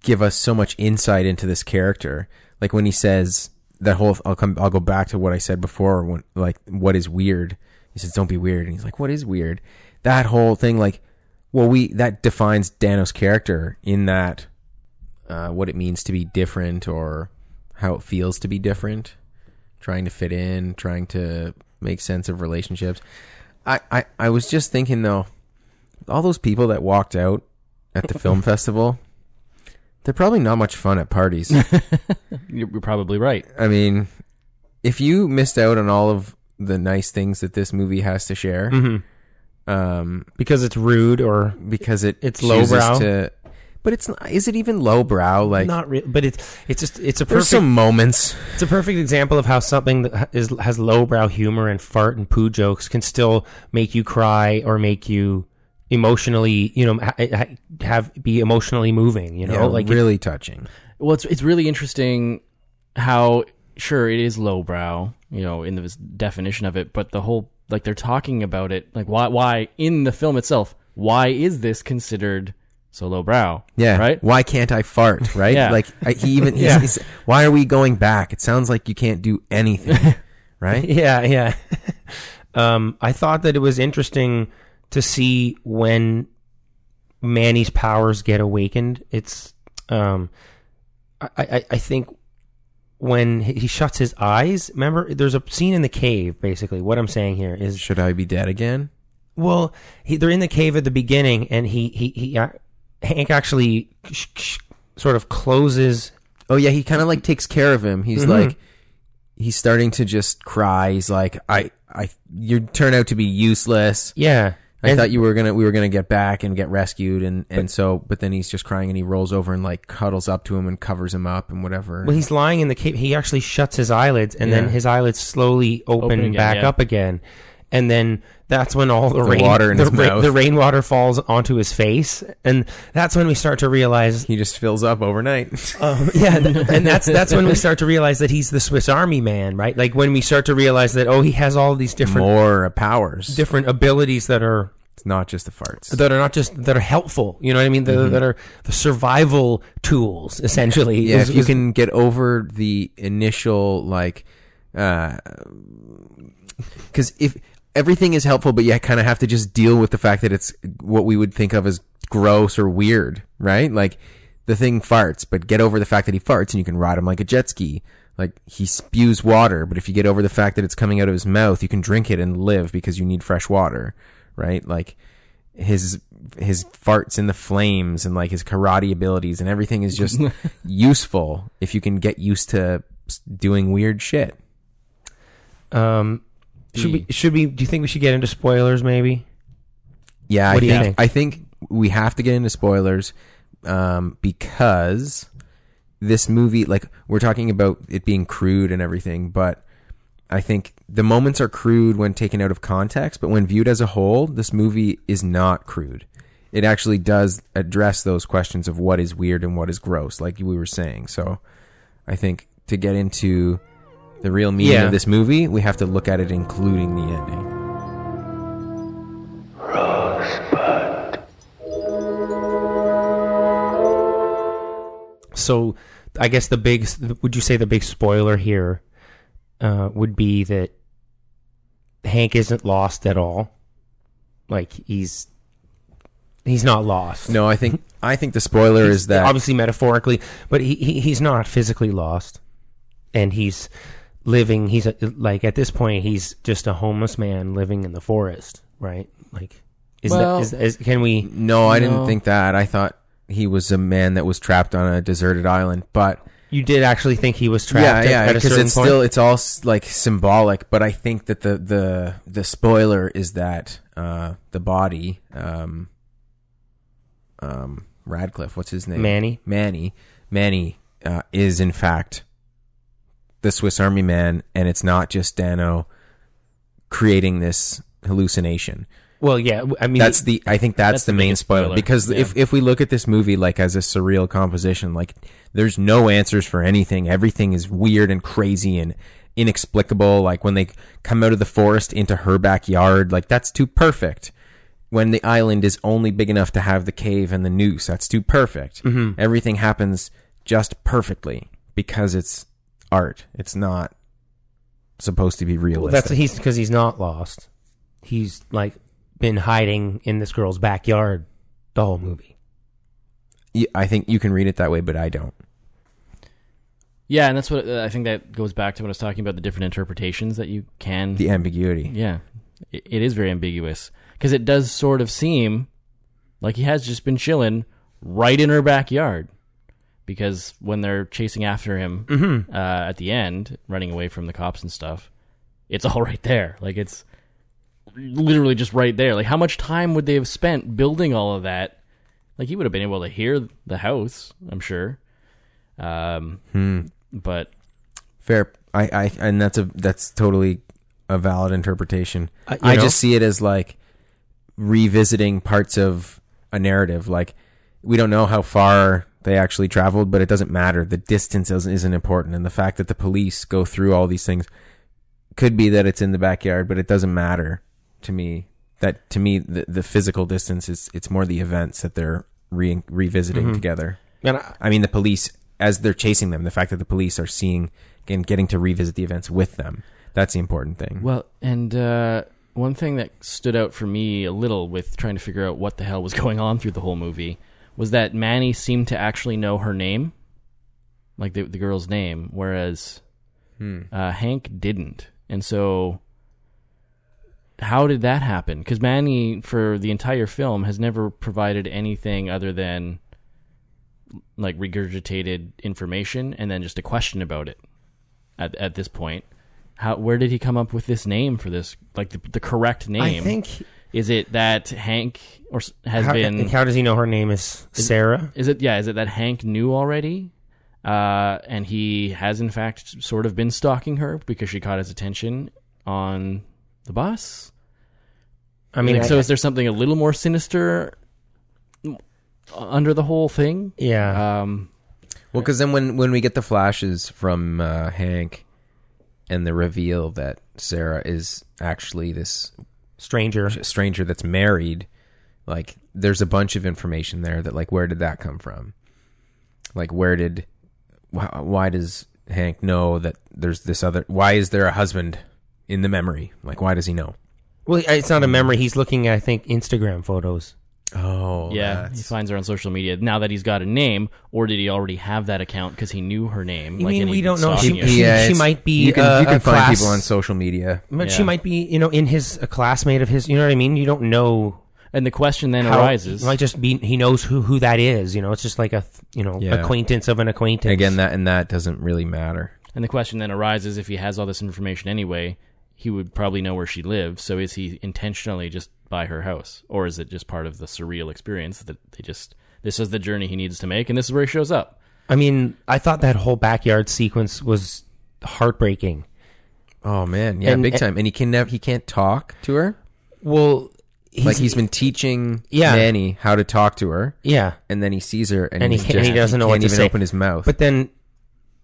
Speaker 5: give us so much insight into this character like when he says that whole i'll come i'll go back to what i said before when like what is weird he says don't be weird and he's like what is weird that whole thing like well we that defines dano's character in that uh, what it means to be different or how it feels to be different trying to fit in trying to make sense of relationships i i, I was just thinking though all those people that walked out at the film festival, they're probably not much fun at parties.
Speaker 3: you're you're probably right
Speaker 5: I mean, if you missed out on all of the nice things that this movie has to share,
Speaker 4: Mm-hmm.
Speaker 5: um,
Speaker 4: because it's rude or
Speaker 5: because it
Speaker 4: It's
Speaker 5: chooses
Speaker 4: lowbrow.
Speaker 5: to, but it's not, is it even lowbrow? Like
Speaker 4: not real, but it's it's just it's a perfect
Speaker 5: there's some moments.
Speaker 4: it's a perfect example of how something that ha- is has lowbrow humor and fart and poo jokes can still make you cry or make you emotionally you know ha- ha- have be emotionally moving you know
Speaker 5: Yeah,
Speaker 4: like it-
Speaker 5: really touching.
Speaker 3: Well, it's it's really interesting how sure it is lowbrow, you know, in the s- definition of it, but the whole like they're talking about it, like why why in the film itself, why is this considered so lowbrow?
Speaker 5: Yeah.
Speaker 3: right.
Speaker 5: Why can't I fart? Right.
Speaker 3: Yeah.
Speaker 5: Like I, he even, he's,
Speaker 4: Yeah.
Speaker 5: he's- why are we going back? It sounds like you can't do anything. right.
Speaker 4: yeah yeah um i thought that it was interesting to see when manny's powers get awakened it's um i i, I think when he he shuts his eyes remember there's a scene in the cave basically what i'm saying here is
Speaker 5: Should I be dead again?
Speaker 4: Well, he, they're in the cave at the beginning, and he he he uh, Hank actually sh- sh- sort of closes.
Speaker 5: Oh yeah, he kind of like takes care of him. He's like he's starting to just cry. He's like I I you turn out to be useless.
Speaker 4: Yeah,
Speaker 5: I
Speaker 4: And-
Speaker 5: thought you were gonna we were gonna get back and get rescued and and so but then he's just crying and he rolls over and like cuddles up to him and covers him up and whatever.
Speaker 4: Well, he's lying in the cave. He actually shuts his eyelids, and then
Speaker 5: Yeah.
Speaker 4: his eyelids slowly open,
Speaker 3: Open again,
Speaker 4: back
Speaker 3: yeah.
Speaker 4: up again. And then that's when all the, rain,
Speaker 5: water in
Speaker 4: the,
Speaker 5: his mouth.
Speaker 4: the rainwater falls onto his face, and that's when we start to realize,
Speaker 5: he just fills up overnight.
Speaker 4: um, yeah, th- and that's that's when we start to realize that he's the Swiss Army Man, right? Like when we start to realize that oh, he has all these different
Speaker 5: More powers.
Speaker 4: different abilities that are
Speaker 5: It's not just the farts.
Speaker 4: that are not just that are helpful. You know what I mean? The, That are the survival tools essentially.
Speaker 5: yeah,
Speaker 4: is-
Speaker 5: if you
Speaker 4: is-
Speaker 5: can get over the initial like, because if everything is helpful, but you kind of have to just deal with the fact that it's what we would think of as gross or weird, right? Like the thing farts, but get over the fact that he farts, and you can ride him like a jet ski. Like he spews water, but if you get over the fact that it's coming out of his mouth, you can drink it and live because you need fresh water, right? Like his his farts in the flames and like his karate abilities and everything is just useful if you can get used to s- doing weird shit.
Speaker 4: Um, should we? Should we? Do you think we should get into spoilers? Maybe.
Speaker 5: Yeah,
Speaker 4: What
Speaker 5: I
Speaker 4: do you
Speaker 5: think,
Speaker 4: think?
Speaker 5: I think we have to get into spoilers um, because this movie, like we're talking about it being crude and everything, but I think the moments are crude when taken out of context, but when viewed as a whole, this movie is not crude. It actually does address those questions of what is weird and what is gross, like we were saying. So I think to get into the real meaning
Speaker 4: Yeah.
Speaker 5: of this movie, we have to look at it including the ending.
Speaker 4: So, I guess the big. Would you say the big spoiler here uh, would be that Hank isn't lost at all? Like he's he's not lost.
Speaker 5: No, I think I think the spoiler
Speaker 4: He's-
Speaker 5: is that
Speaker 4: obviously metaphorically, but he, he he's not physically lost, and he's living. He's a, like at this point, he's just a homeless man living in the forest, right? Like, is
Speaker 3: Well-
Speaker 4: that is, is can we?
Speaker 5: No, I
Speaker 3: No.
Speaker 5: didn't think that. I thought he was a man that was trapped on a deserted island. But
Speaker 4: You did actually think he was trapped at,
Speaker 5: yeah, yeah,
Speaker 4: at a
Speaker 5: because
Speaker 4: certain
Speaker 5: it's
Speaker 4: point.
Speaker 5: still it's all s- like symbolic. But I think that the the the spoiler is that uh, the body, um, um, Radcliffe, what's his name,
Speaker 4: Manny.
Speaker 5: Manny, Manny uh, is in fact the Swiss Army Man, and it's not just Dano creating this hallucination.
Speaker 4: Well, yeah. w- I mean,
Speaker 5: that's the I think that's,
Speaker 3: That's
Speaker 5: the,
Speaker 3: the
Speaker 5: main
Speaker 3: biggest
Speaker 5: spoiler,
Speaker 3: spoiler,
Speaker 5: because
Speaker 3: yeah.
Speaker 5: if if we look at this movie like as a surreal composition, like there's no answers for anything. Everything is weird and crazy and inexplicable. Like when they come out of the forest into her backyard, like that's too perfect. When the island is only big enough to have the cave and the noose, that's too perfect. Everything happens just perfectly because it's art. It's not supposed to be
Speaker 4: well,
Speaker 5: realistic.
Speaker 4: that's he's because he's not lost. He's like been hiding in this girl's backyard the whole movie.
Speaker 5: Y- I think you can read it that way, but I don't.
Speaker 3: Yeah, and that's what uh, I think that goes back to what I was talking about the different interpretations that you can.
Speaker 5: The ambiguity.
Speaker 3: Yeah, it, it is very ambiguous because it does sort of seem like he has just been chilling right in her backyard. Because when they're chasing after him uh, at the end, running away from the cops and stuff, it's all right there. Like it's literally just right there. Like how much time would they have spent building all of that? Like he would have been able to hear the house, I'm sure. Um, But
Speaker 5: Fair. I, I and that's a that's totally a valid interpretation.
Speaker 4: Uh, you
Speaker 5: I
Speaker 4: know?
Speaker 5: just see it as like revisiting parts of a narrative. Like we don't know how far they actually traveled, but it doesn't matter. The distance isn't, isn't important, and the fact that the police go through all these things could be that it's in the backyard, but it doesn't matter to me. That to me, the, the physical distance is it's more the events that they're re- revisiting
Speaker 4: Mm-hmm.
Speaker 5: together.
Speaker 4: And I,
Speaker 5: I mean, the police as they're chasing them. The fact that the police are seeing and getting to revisit the events with them. That's the important thing.
Speaker 3: Well, and uh, one thing that stood out for me a little with trying to figure out what the hell was going on through the whole movie was that Manny seemed to actually know her name, like the, the girl's name, whereas uh, Hank didn't. And so how did that happen? Because Manny, for the entire film, has never provided anything other than like regurgitated information and then just a question about it. At at this point, how where did he come up with this name for this? Like the, the correct name?
Speaker 4: I think
Speaker 3: is it that Hank or s- has
Speaker 4: how,
Speaker 3: been
Speaker 4: how does he know her name is Sarah?
Speaker 3: is it yeah? Is it that Hank knew already, uh, and he has in fact sort of been stalking her because she caught his attention on the bus?
Speaker 4: I mean,
Speaker 3: Like,
Speaker 4: I-
Speaker 3: so is there something a little more sinister uh, under the whole thing?
Speaker 4: yeah.
Speaker 3: Um,
Speaker 5: Well, because then when when we get the flashes from uh, Hank, and the reveal that Sarah is actually this
Speaker 4: stranger.
Speaker 5: stranger that's married, like there's a bunch of information there that like where did that come from? Like where did why, why does Hank know that there's this other? Why is there a husband in the memory? Like why does he know?
Speaker 4: Well, it's not a memory. He's looking at, I think, Instagram photos.
Speaker 5: Oh,
Speaker 3: yeah, he finds her on social media now that he's got a name, or did he already have that account because he knew her name?
Speaker 4: You mean
Speaker 3: and
Speaker 4: we
Speaker 3: he'd
Speaker 4: don't know?
Speaker 3: stalking
Speaker 4: She-
Speaker 3: her?
Speaker 4: she- might be,
Speaker 5: You can
Speaker 4: uh,
Speaker 5: you can
Speaker 4: a
Speaker 5: find
Speaker 4: class-
Speaker 5: people on social media.
Speaker 4: But
Speaker 3: Yeah.
Speaker 4: she might be, you know, in his a classmate of his. You know what I mean? You don't know
Speaker 3: and the question then arises:
Speaker 4: It might just be he knows who who that is. You know, it's just like a th- you know
Speaker 5: Yeah.
Speaker 4: acquaintance of an acquaintance.
Speaker 5: Again, that and that doesn't really matter.
Speaker 3: And the question then arises if he has all this information anyway, he would probably know where she lives. So is he intentionally just by her house? Or is it just part of the surreal experience that they just, this is the journey he needs to make and this is where he shows up?
Speaker 4: I mean, I thought that whole backyard sequence was heartbreaking.
Speaker 5: Oh man, yeah,
Speaker 4: And-
Speaker 5: big time. And he can never he can't talk to her.
Speaker 4: Well, he's,
Speaker 5: like he's been teaching
Speaker 4: Yeah.
Speaker 5: Nanny how to talk to her,
Speaker 4: yeah,
Speaker 5: and then he sees her and,
Speaker 4: and he,
Speaker 5: he,
Speaker 4: can't-
Speaker 5: just,
Speaker 4: he doesn't know
Speaker 5: can't
Speaker 4: what to
Speaker 5: even
Speaker 4: say.
Speaker 5: open his mouth.
Speaker 4: But then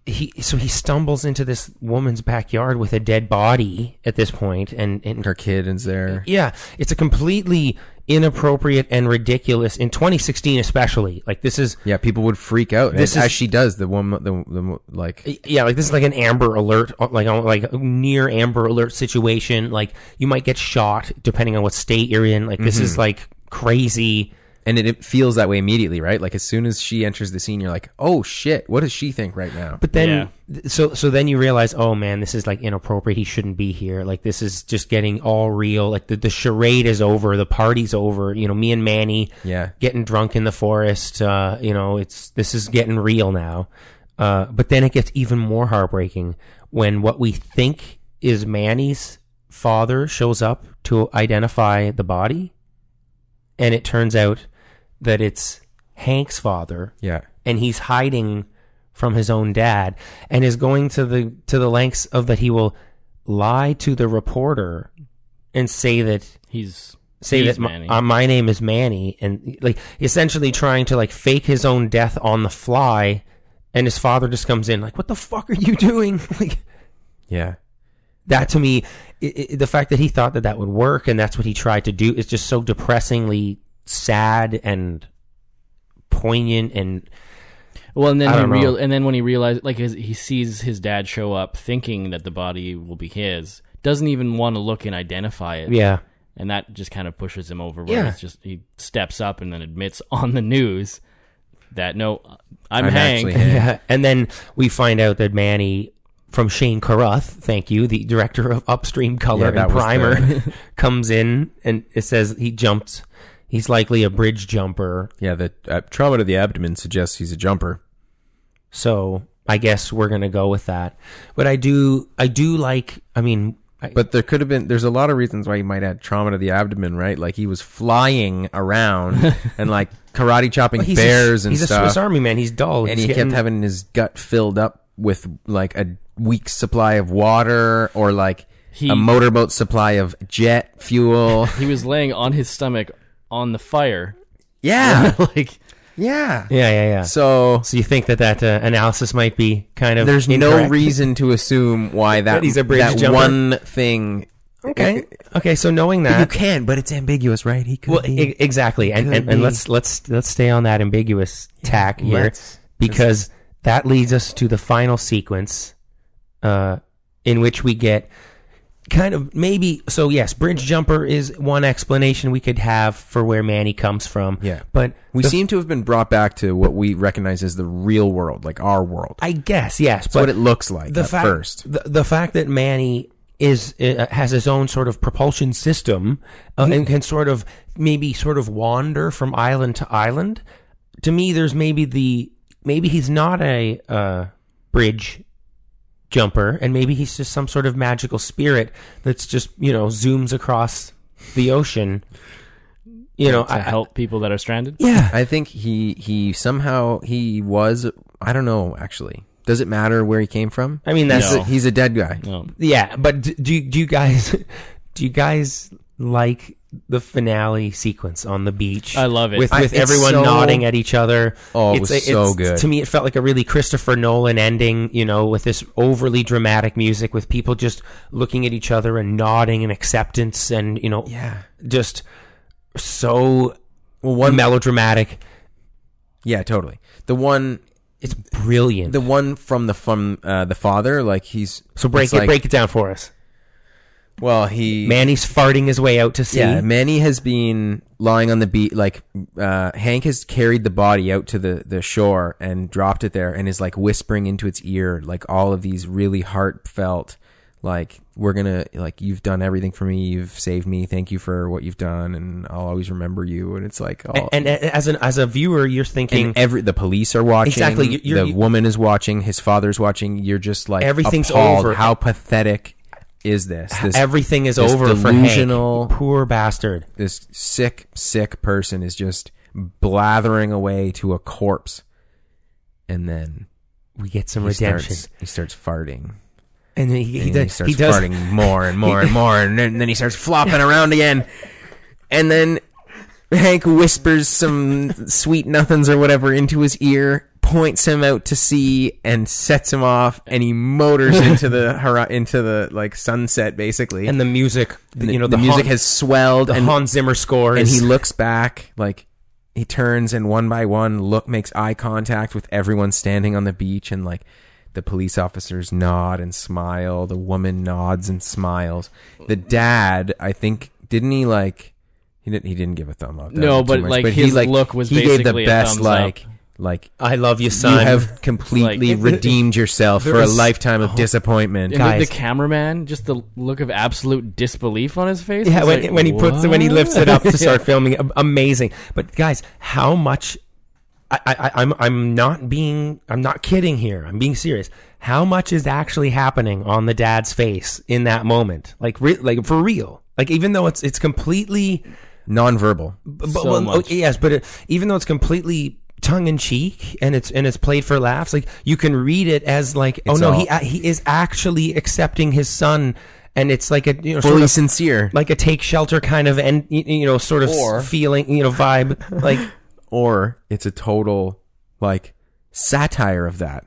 Speaker 4: he so he stumbles into this woman's backyard with a dead body at this point, and and
Speaker 5: her kid is there.
Speaker 4: Yeah, it's a completely inappropriate and ridiculous in 2016, especially. Like this is,
Speaker 5: Yeah, people would freak out
Speaker 4: This
Speaker 5: as,
Speaker 4: is-
Speaker 5: as she does. The woman, the, the like,
Speaker 4: yeah, like this is like an Amber Alert, uh, like like near Amber Alert situation. Like you might get shot depending on what state you're in. Like this is like crazy.
Speaker 5: and it, it feels that way immediately, right? Like as soon as she enters the scene, you're like, oh shit, what does she think right now?
Speaker 4: But then, th- so so then you realize, oh man, this is like inappropriate. He shouldn't be here. Like this is just getting all real. Like the, the charade is over. The party's over. You know, me and Manny,
Speaker 5: Yeah.
Speaker 4: getting drunk in the forest. Uh, you know, it's this is getting real now. Uh, but then it gets even more heartbreaking when what we think is Manny's father shows up to identify the body, and it turns out that it's Hank's father
Speaker 5: yeah,
Speaker 4: and he's hiding from his own dad and is going to the to the lengths of that he will lie to the reporter and say that
Speaker 3: He's,
Speaker 4: say
Speaker 3: he's
Speaker 4: that my,
Speaker 3: Manny.
Speaker 4: uh, my name is Manny and like essentially trying to like fake his own death on the fly and his father just comes in like what the fuck are you doing like
Speaker 5: yeah.
Speaker 4: that to me i i the fact that he thought that that would work and that's what he tried to do is just so depressingly sad and poignant and
Speaker 3: well, and then,
Speaker 4: I
Speaker 3: he
Speaker 4: don't know.
Speaker 3: real, and then when he realizes, like, his, he sees his dad show up thinking that the body will be his, doesn't even want to look and identify it.
Speaker 4: yeah
Speaker 3: And that just kind of pushes him over where
Speaker 4: Yeah.
Speaker 3: it's just, he steps up and then admits on the news that, no, I'm,
Speaker 5: I'm
Speaker 3: Hank.
Speaker 5: actually Hank.
Speaker 4: Yeah, and then we find out that Manny from Shane Carruth, thank you, the director of Upstream Color
Speaker 5: Yeah, that
Speaker 4: and
Speaker 5: was
Speaker 4: Primer, comes in and it says he jumped. He's likely a bridge jumper,
Speaker 5: Yeah, the uh, trauma to the abdomen suggests he's a jumper.
Speaker 4: so I guess we're gonna go with that. But I do, I do like. I mean, I,
Speaker 5: But there could have been. There's a lot of reasons why he might have trauma to the abdomen, right? Like he was flying around and like karate chopping
Speaker 4: he's
Speaker 5: bears
Speaker 4: a,
Speaker 5: and
Speaker 4: he's
Speaker 5: stuff.
Speaker 4: a Swiss Army man. He's dull,
Speaker 5: and
Speaker 4: He's
Speaker 5: he
Speaker 4: getting-
Speaker 5: kept having his gut filled up with like a week's supply of water or like
Speaker 3: He-
Speaker 5: a motorboat supply of jet fuel.
Speaker 3: he was laying on his stomach on the fire
Speaker 5: yeah,
Speaker 3: like
Speaker 5: yeah.
Speaker 4: Yeah, yeah, yeah. So,
Speaker 5: So
Speaker 4: you think that that uh, analysis might be kind of
Speaker 5: there's no
Speaker 4: incorrect?
Speaker 5: reason to assume why that
Speaker 4: That he's a bridge
Speaker 5: that
Speaker 4: jumper.
Speaker 5: one thing.
Speaker 4: Okay, okay. So knowing that
Speaker 5: You can, but it's ambiguous, right? He could
Speaker 4: Well,
Speaker 5: be.
Speaker 4: e- exactly, and
Speaker 5: Could
Speaker 4: and, and
Speaker 5: be.
Speaker 4: let's let's let's stay on that ambiguous tack here
Speaker 5: let's
Speaker 4: because that leads us to the final sequence, uh, in which we get kind of maybe so yes, bridge jumper is one explanation we could have for where Manny comes from.
Speaker 5: Yeah.
Speaker 4: but
Speaker 5: we
Speaker 4: the-
Speaker 5: seem to have been brought back to what we recognize as the real world, like our world.
Speaker 4: I guess yes,
Speaker 5: That's what
Speaker 4: but
Speaker 5: it looks like
Speaker 4: the
Speaker 5: at
Speaker 4: fact
Speaker 5: first.
Speaker 4: the, the fact that Manny is uh, has his own sort of propulsion system uh, and can sort of maybe sort of wander from island to island. To me, there's maybe the maybe he's not a uh, bridge jumper, and maybe he's just some sort of magical spirit that's just you know zooms across the ocean. You know,
Speaker 3: to
Speaker 4: I- I-
Speaker 3: help people that are stranded.
Speaker 4: yeah,
Speaker 5: I think he he somehow he was I don't know actually. Does it matter where he came from?
Speaker 4: I mean, that's-
Speaker 5: he's a, he's a dead guy.
Speaker 3: No.
Speaker 4: Yeah, but d- do you- do you guys do you guys like the finale sequence on the beach?
Speaker 3: I love it.
Speaker 4: with
Speaker 5: I-
Speaker 4: with
Speaker 5: it's
Speaker 4: everyone
Speaker 5: so-
Speaker 4: nodding at each other.
Speaker 5: Oh, it was
Speaker 4: a-
Speaker 5: so good.
Speaker 4: To me, it felt like a really Christopher Nolan ending. You know, with this overly dramatic music, with people just looking at each other and nodding in acceptance, and you know,
Speaker 5: Yeah.
Speaker 4: just so
Speaker 5: Well, one
Speaker 4: melodramatic.
Speaker 5: yeah, totally. The one
Speaker 4: It's brilliant.
Speaker 5: the one from the from uh, the father like he's
Speaker 4: so break
Speaker 5: it's
Speaker 4: it
Speaker 5: like-
Speaker 4: break it down for us.
Speaker 5: Well, he
Speaker 4: Manny's farting his way out to sea.
Speaker 5: Yeah, Manny has been lying on the beach. Like uh, Hank has carried the body out to the the shore and dropped it there, and is like whispering into its ear, like all of these really heartfelt, like we're gonna, like you've done everything for me, you've saved me, thank you for what you've done, and I'll always remember you. And it's like, all,
Speaker 4: and, and as an as a viewer, you're thinking
Speaker 5: and every the police are watching.
Speaker 4: Exactly, you- you're-
Speaker 5: the
Speaker 4: you-
Speaker 5: woman is watching. His father's watching. You're just like
Speaker 4: Everything's
Speaker 5: appalled.
Speaker 4: over.
Speaker 5: How pathetic is this? This
Speaker 4: everything is
Speaker 5: this
Speaker 4: over
Speaker 5: delusional-
Speaker 4: for Hank. Poor bastard.
Speaker 5: this sick, sick person is just blathering away to a corpse, and then
Speaker 4: We get some
Speaker 5: he
Speaker 4: redemption,
Speaker 5: starts he starts farting,
Speaker 4: and then he,
Speaker 5: and
Speaker 4: he,
Speaker 5: then
Speaker 4: does,
Speaker 5: he starts
Speaker 4: he does-
Speaker 5: farting more and more and more, and then, then he starts flopping around again, and then Hank whispers some sweet nothings or whatever into his ear. Points him out to sea and sets him off, and he motors into the hori- into the like sunset basically.
Speaker 4: and the music,
Speaker 5: And
Speaker 4: you know,
Speaker 5: the, music
Speaker 4: Han-
Speaker 5: has swelled,
Speaker 4: the
Speaker 5: and
Speaker 4: Hans Zimmer score,
Speaker 5: and
Speaker 4: is,
Speaker 5: he looks back like he turns and one by one look makes eye contact with everyone standing on the beach and like the police officers nod and smile the woman nods and smiles the dad i think didn't he like he didn't he didn't give a thumb up That
Speaker 3: No,
Speaker 5: was too
Speaker 3: but, like, his look was
Speaker 5: he gave
Speaker 3: basically
Speaker 5: the
Speaker 3: a
Speaker 5: best
Speaker 3: thumbs
Speaker 5: like like
Speaker 4: I love you,
Speaker 5: you
Speaker 4: son.
Speaker 5: have completely
Speaker 3: Like-
Speaker 5: redeemed yourself for
Speaker 4: There
Speaker 5: a
Speaker 4: is-
Speaker 5: lifetime of disappointment
Speaker 3: And
Speaker 4: Guys.
Speaker 3: with the cameraman, just the look of absolute disbelief on his face.
Speaker 4: yeah,
Speaker 3: It's
Speaker 4: when,
Speaker 3: like,
Speaker 4: when he puts it, when he
Speaker 3: "What?"
Speaker 4: lifts it up to start filming, a- amazing. But guys, how much? I, I, I'm I'm not being I'm not kidding here. I'm being serious. How much is actually happening on the dad's face in that moment? Like re- like for real. Like even though it's it's completely
Speaker 5: nonverbal
Speaker 4: but,
Speaker 3: so
Speaker 4: well, oh,
Speaker 3: much.
Speaker 4: okay, yes, but it, even though it's completely tongue in cheek and it's and it's played for laughs, like you can read it as like, oh
Speaker 5: It's
Speaker 4: no,
Speaker 5: all-
Speaker 4: he he he is actually accepting his son, and it's like a you know sort
Speaker 5: fully
Speaker 4: of
Speaker 5: sincere
Speaker 4: like a take shelter kind of and you you know sort of s-
Speaker 5: Or-
Speaker 4: feeling you know vibe like
Speaker 5: or it's a total like satire of that.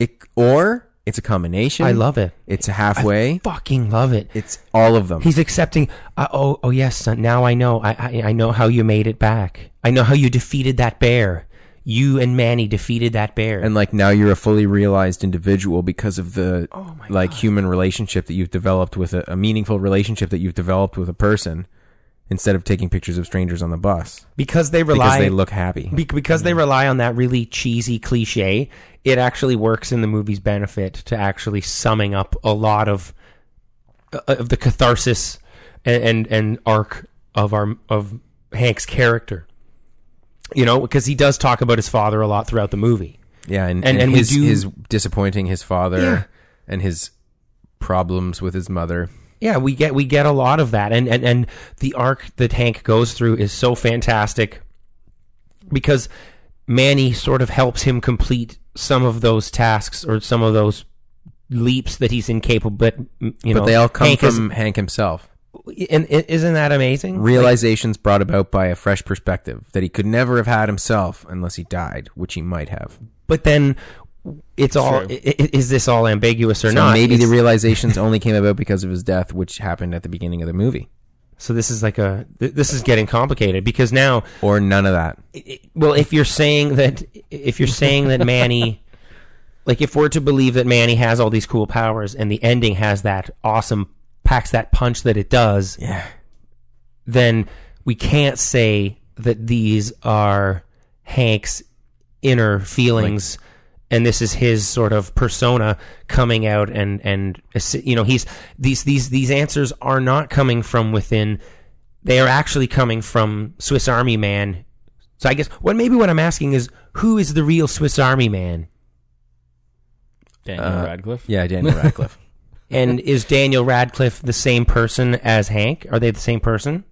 Speaker 5: It or it's a combination.
Speaker 4: I love it.
Speaker 5: It's a halfway.
Speaker 4: Fucking love it.
Speaker 5: it's all of them.
Speaker 4: He's accepting. Uh, oh, oh yes. Son, now I know. I, I, I know how you made it back. I know how you defeated that bear. You and Manny defeated that bear.
Speaker 5: and like now you're a fully realized individual because of the
Speaker 4: Oh
Speaker 5: like human relationship that you've developed with a, a meaningful relationship that you've developed with a person instead of taking pictures of strangers on the bus
Speaker 4: because they rely
Speaker 5: because they look happy.
Speaker 4: Be- because they rely on that really cheesy cliche, it actually works in the movie's benefit to actually summing up a lot of uh, of the catharsis and, and and arc of our of Hank's character. You know, because he does talk about his father a lot throughout the movie.
Speaker 5: yeah, and,
Speaker 4: and-
Speaker 5: and,
Speaker 4: and we
Speaker 5: his
Speaker 4: do-
Speaker 5: his disappointing his father
Speaker 4: Yeah.
Speaker 5: and his problems with his mother.
Speaker 4: Yeah, we get we get a lot of that, and and and the arc that Hank goes through is so fantastic because Manny sort of helps him complete some of those tasks or some of those leaps that he's incapable. But mm, you
Speaker 5: But
Speaker 4: know,
Speaker 5: they all come
Speaker 4: Hank is-
Speaker 5: from Hank himself.
Speaker 4: and i- isn't that amazing?
Speaker 5: realizations brought about by a fresh perspective that he could never have had himself unless he died, which he might have.
Speaker 4: But then it's all i- i- is this all ambiguous or
Speaker 5: So
Speaker 4: not?
Speaker 5: maybe the
Speaker 4: It's-
Speaker 5: realizations only came about because of his death, which happened at the beginning of the movie,
Speaker 4: so this is like a th- this is getting complicated because now
Speaker 5: or none of that.
Speaker 4: it- well, if you're saying that, if you're saying that Manny, like if we're to believe that Manny has all these cool powers and the ending has that awesome packs that punch that it does,
Speaker 5: Yeah.
Speaker 4: then we can't say that these are Hank's inner feelings and this is his sort of persona coming out and and you know he's these these these answers are not coming from within they are actually coming from Swiss Army Man so I guess what maybe what I'm asking is who is the real Swiss Army Man
Speaker 3: Daniel
Speaker 4: Uh,
Speaker 3: Radcliffe.
Speaker 5: Yeah, Daniel Radcliffe.
Speaker 4: and is Daniel Radcliffe the same person as Hank are they the same person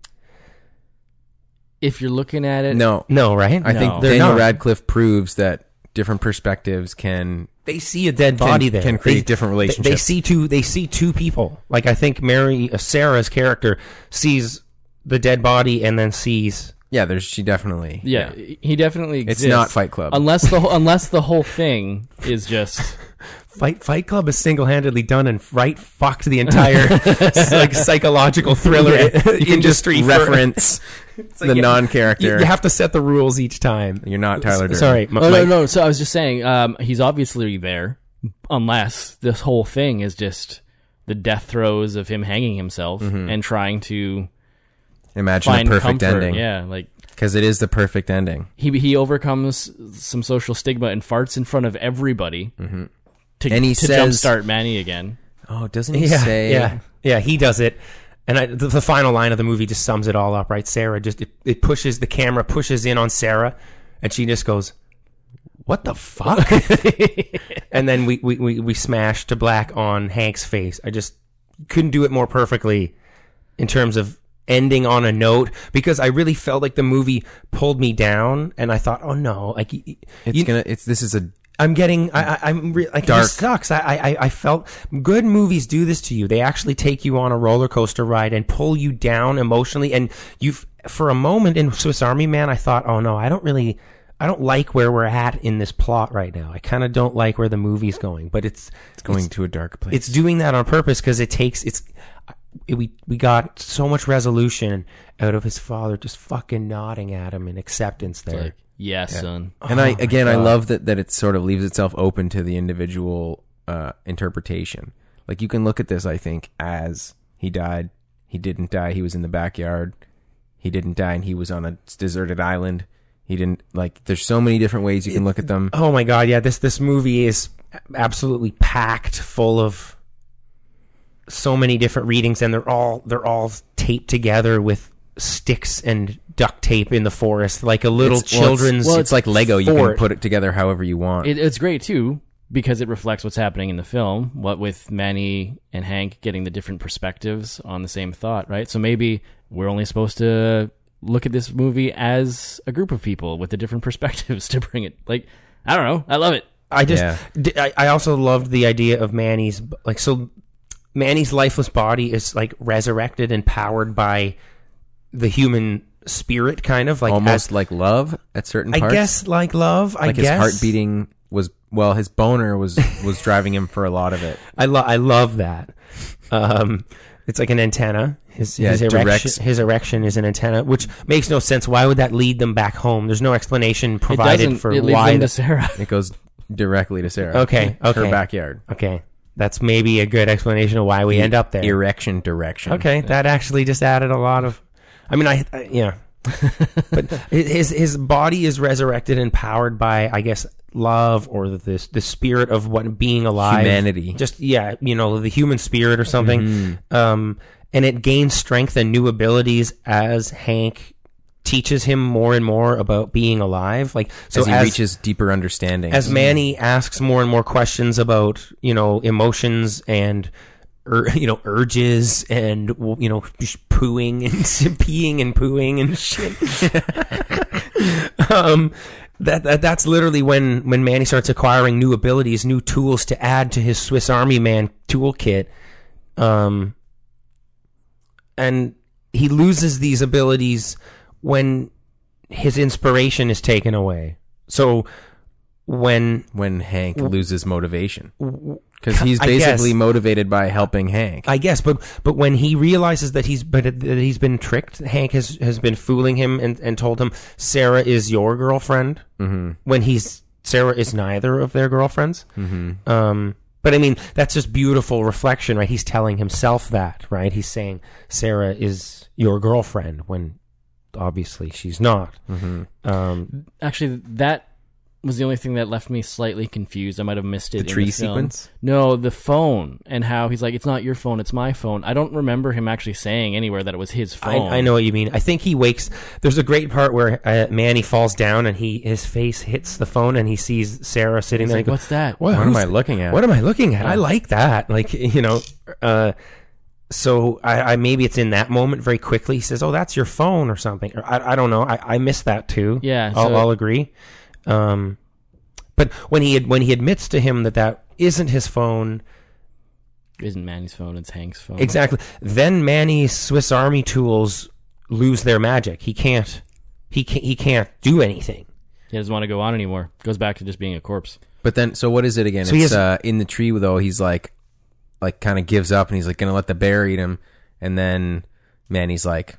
Speaker 3: If you're looking at it,
Speaker 5: no,
Speaker 4: no right
Speaker 5: I think
Speaker 3: No.
Speaker 4: they're
Speaker 5: Daniel
Speaker 4: not
Speaker 5: Radcliffe proves that different perspectives can
Speaker 4: they see a dead body
Speaker 5: can-
Speaker 4: there
Speaker 5: can create
Speaker 4: They-
Speaker 5: different
Speaker 4: they- They,
Speaker 5: relationships.
Speaker 4: see two. They see two people. Like I think Mary uh, Sarah's character sees the dead body and then sees.
Speaker 5: yeah, there's she definitely
Speaker 3: Yeah, he definitely
Speaker 5: It's
Speaker 3: exists.
Speaker 5: not Fight Club.
Speaker 3: unless the whole- unless the whole thing is just
Speaker 4: Fight Fight Club is single handedly done and right fucked the entire like psychological thriller
Speaker 5: You can just
Speaker 4: industry. for-
Speaker 5: reference the
Speaker 4: yeah,
Speaker 5: non-character.
Speaker 4: You, you have to set the rules each time.
Speaker 5: You're not Tyler Durden.
Speaker 4: Sorry, my,
Speaker 3: Oh
Speaker 4: my-
Speaker 3: no, no. So I was just saying, um, he's obviously there, unless this whole thing is just the death throes of him hanging himself and trying to
Speaker 5: Imagine
Speaker 3: find
Speaker 5: Mm-hmm. a perfect
Speaker 3: comfort.
Speaker 5: ending.
Speaker 3: Yeah, like
Speaker 5: Because it is the perfect ending.
Speaker 3: he he overcomes some social stigma and farts in front of everybody to,
Speaker 5: Mm-hmm. And he
Speaker 3: to
Speaker 5: says-
Speaker 3: jumpstart Manny again.
Speaker 5: Oh, doesn't he
Speaker 4: yeah,
Speaker 5: say?
Speaker 4: yeah, yeah. He does it. And I, the, the final line of the movie just sums it all up, right? Sarah just it, it pushes the camera pushes in on Sarah, and she just goes, "What the fuck?" and then we, we we we smash to black on Hank's face. I just couldn't do it more perfectly in terms of ending on a note because I really felt like the movie pulled me down, and I thought, "Oh no!" Like y- y-
Speaker 5: It's
Speaker 4: you-
Speaker 5: gonna. It's this is a
Speaker 4: I'm getting. I, I, I'm re- like
Speaker 5: Dark.
Speaker 4: This sucks. I, I, I- I felt good. Movies do this to you. They actually take you on a roller coaster ride and pull you down emotionally. And you've for a moment in Swiss Army Man, I thought, oh no, I don't really, I don't like where we're at in this plot right now. I kind of don't like where the movie's going. But it's
Speaker 5: it's going to a dark place.
Speaker 4: it's doing that on purpose because it takes it's it, we we got so much resolution out of his father just fucking nodding at him in acceptance there.
Speaker 3: Like, yeah, son.
Speaker 5: and
Speaker 4: Oh
Speaker 5: I again, I love that that it sort of leaves itself open to the individual uh, interpretation. Like you can look at this, I think, as he died, he didn't die, he was in the backyard, he didn't die, and he was on a deserted island. He didn't like. There's so many different ways you can look at them.
Speaker 4: Oh my god, yeah, this this movie is absolutely packed full of so many different readings and they're all they're all taped together with sticks and duct tape in the forest like a little
Speaker 5: It's- well, it's-
Speaker 4: children's
Speaker 5: Well, it's, like Lego. You can
Speaker 4: fort.
Speaker 5: put it together however you want.
Speaker 3: It, it's great too because it reflects what's happening in the film. What with Manny and Hank getting the different perspectives on the same thought, right? So maybe we're only supposed to look at this movie as a group of people with the different perspectives to bring it. Like, I don't know. I love it.
Speaker 4: I just
Speaker 5: Yeah.
Speaker 4: d- I, I also loved the idea of Manny's b- like so Manny's lifeless body is like resurrected and powered by the human spirit kind of like
Speaker 5: Almost
Speaker 4: as-
Speaker 5: like love at certain
Speaker 4: I
Speaker 5: parts.
Speaker 4: guess like love I
Speaker 5: like
Speaker 4: guess
Speaker 5: his heart beating was well, his boner was was driving him for a lot of it.
Speaker 4: I love I love that. Um, it's like an antenna. His
Speaker 5: Yeah,
Speaker 4: his
Speaker 5: it
Speaker 4: erection
Speaker 5: directs-
Speaker 4: his erection is an antenna, which makes no sense. Why would that lead them back home? There's no explanation
Speaker 3: It
Speaker 4: provided
Speaker 3: doesn't.
Speaker 4: for
Speaker 3: it leads
Speaker 4: why.
Speaker 3: them to
Speaker 4: that-
Speaker 3: Sarah.
Speaker 5: It goes directly to Sarah.
Speaker 4: Okay, okay.
Speaker 5: her backyard.
Speaker 4: okay, that's maybe a good explanation of why we end up there.
Speaker 5: Erection direction.
Speaker 4: Okay, that actually just added a lot of. I mean, I, I yeah, but his his body is resurrected and powered by, I guess, love or this the spirit of what being alive,
Speaker 5: Humanity. Mm-hmm.
Speaker 4: Just yeah, you know, the human spirit or something. Um, and it gains strength and new abilities as Hank teaches him more and more about being alive. Like so,
Speaker 5: as he reaches deeper understanding.
Speaker 4: as Manny asks more and more questions about you know emotions and ur- you know urges and w- you know sh- pooing and peeing and pooing and shit. um, that, that that's literally when when Manny starts acquiring new abilities, new tools to add to his Swiss Army Man toolkit. Um, and he loses these abilities when his inspiration is taken away. So when
Speaker 5: when Hank loses motivation. Because he's
Speaker 4: I guess. Uh,
Speaker 5: basically motivated by helping Hank.
Speaker 4: I guess, but but when he realizes that he's but that he's been tricked, Hank has has been fooling him and, and told him Sarah is your girlfriend. Mm-hmm. When he's Sarah is neither of their girlfriends. Mm-hmm. Um, but I mean that's just beautiful reflection, right? He's telling himself that, right? He's saying Sarah is your
Speaker 3: Mm-hmm.
Speaker 4: girlfriend when obviously she's not. Um,
Speaker 3: Actually, that was the only thing that left me slightly confused. I might have missed it. in
Speaker 5: The tree
Speaker 3: film.
Speaker 5: sequence?
Speaker 3: No, the phone and how he's like, it's not your phone, it's my phone. I don't remember him actually saying anywhere that it was his
Speaker 4: I,
Speaker 3: phone.
Speaker 4: I know what you mean. I think he wakes. There's a great part where uh, Manny falls down and he his face hits the phone and he sees Sarah sitting
Speaker 3: He's
Speaker 4: there.
Speaker 3: like,
Speaker 4: and goes,
Speaker 3: what's that?
Speaker 5: What am
Speaker 4: who's
Speaker 5: I
Speaker 4: th-
Speaker 5: looking at?
Speaker 4: What am I looking at? I like that. Like you know. Uh, so I, I maybe it's in that moment very quickly. He says, "Oh, that's your phone" or something. Or I, I don't know. I, I missed that too.
Speaker 3: Yeah,
Speaker 4: I'll,
Speaker 3: so-
Speaker 4: I'll agree. Um, but when he ad- when he admits to him that that isn't his phone,
Speaker 3: It isn't Manny's phone, it's Hank's phone.
Speaker 4: Exactly. Then Manny's Swiss Army tools lose their magic. He can't. He can't. He can't do anything.
Speaker 3: He doesn't want to go on anymore. Goes back to just being a corpse.
Speaker 5: But then, so what is it again?
Speaker 4: So he
Speaker 5: it's
Speaker 4: has-
Speaker 5: uh, in the tree though. He's like, like kind of gives up, and he's like gonna let the bear eat him. And then Manny's like,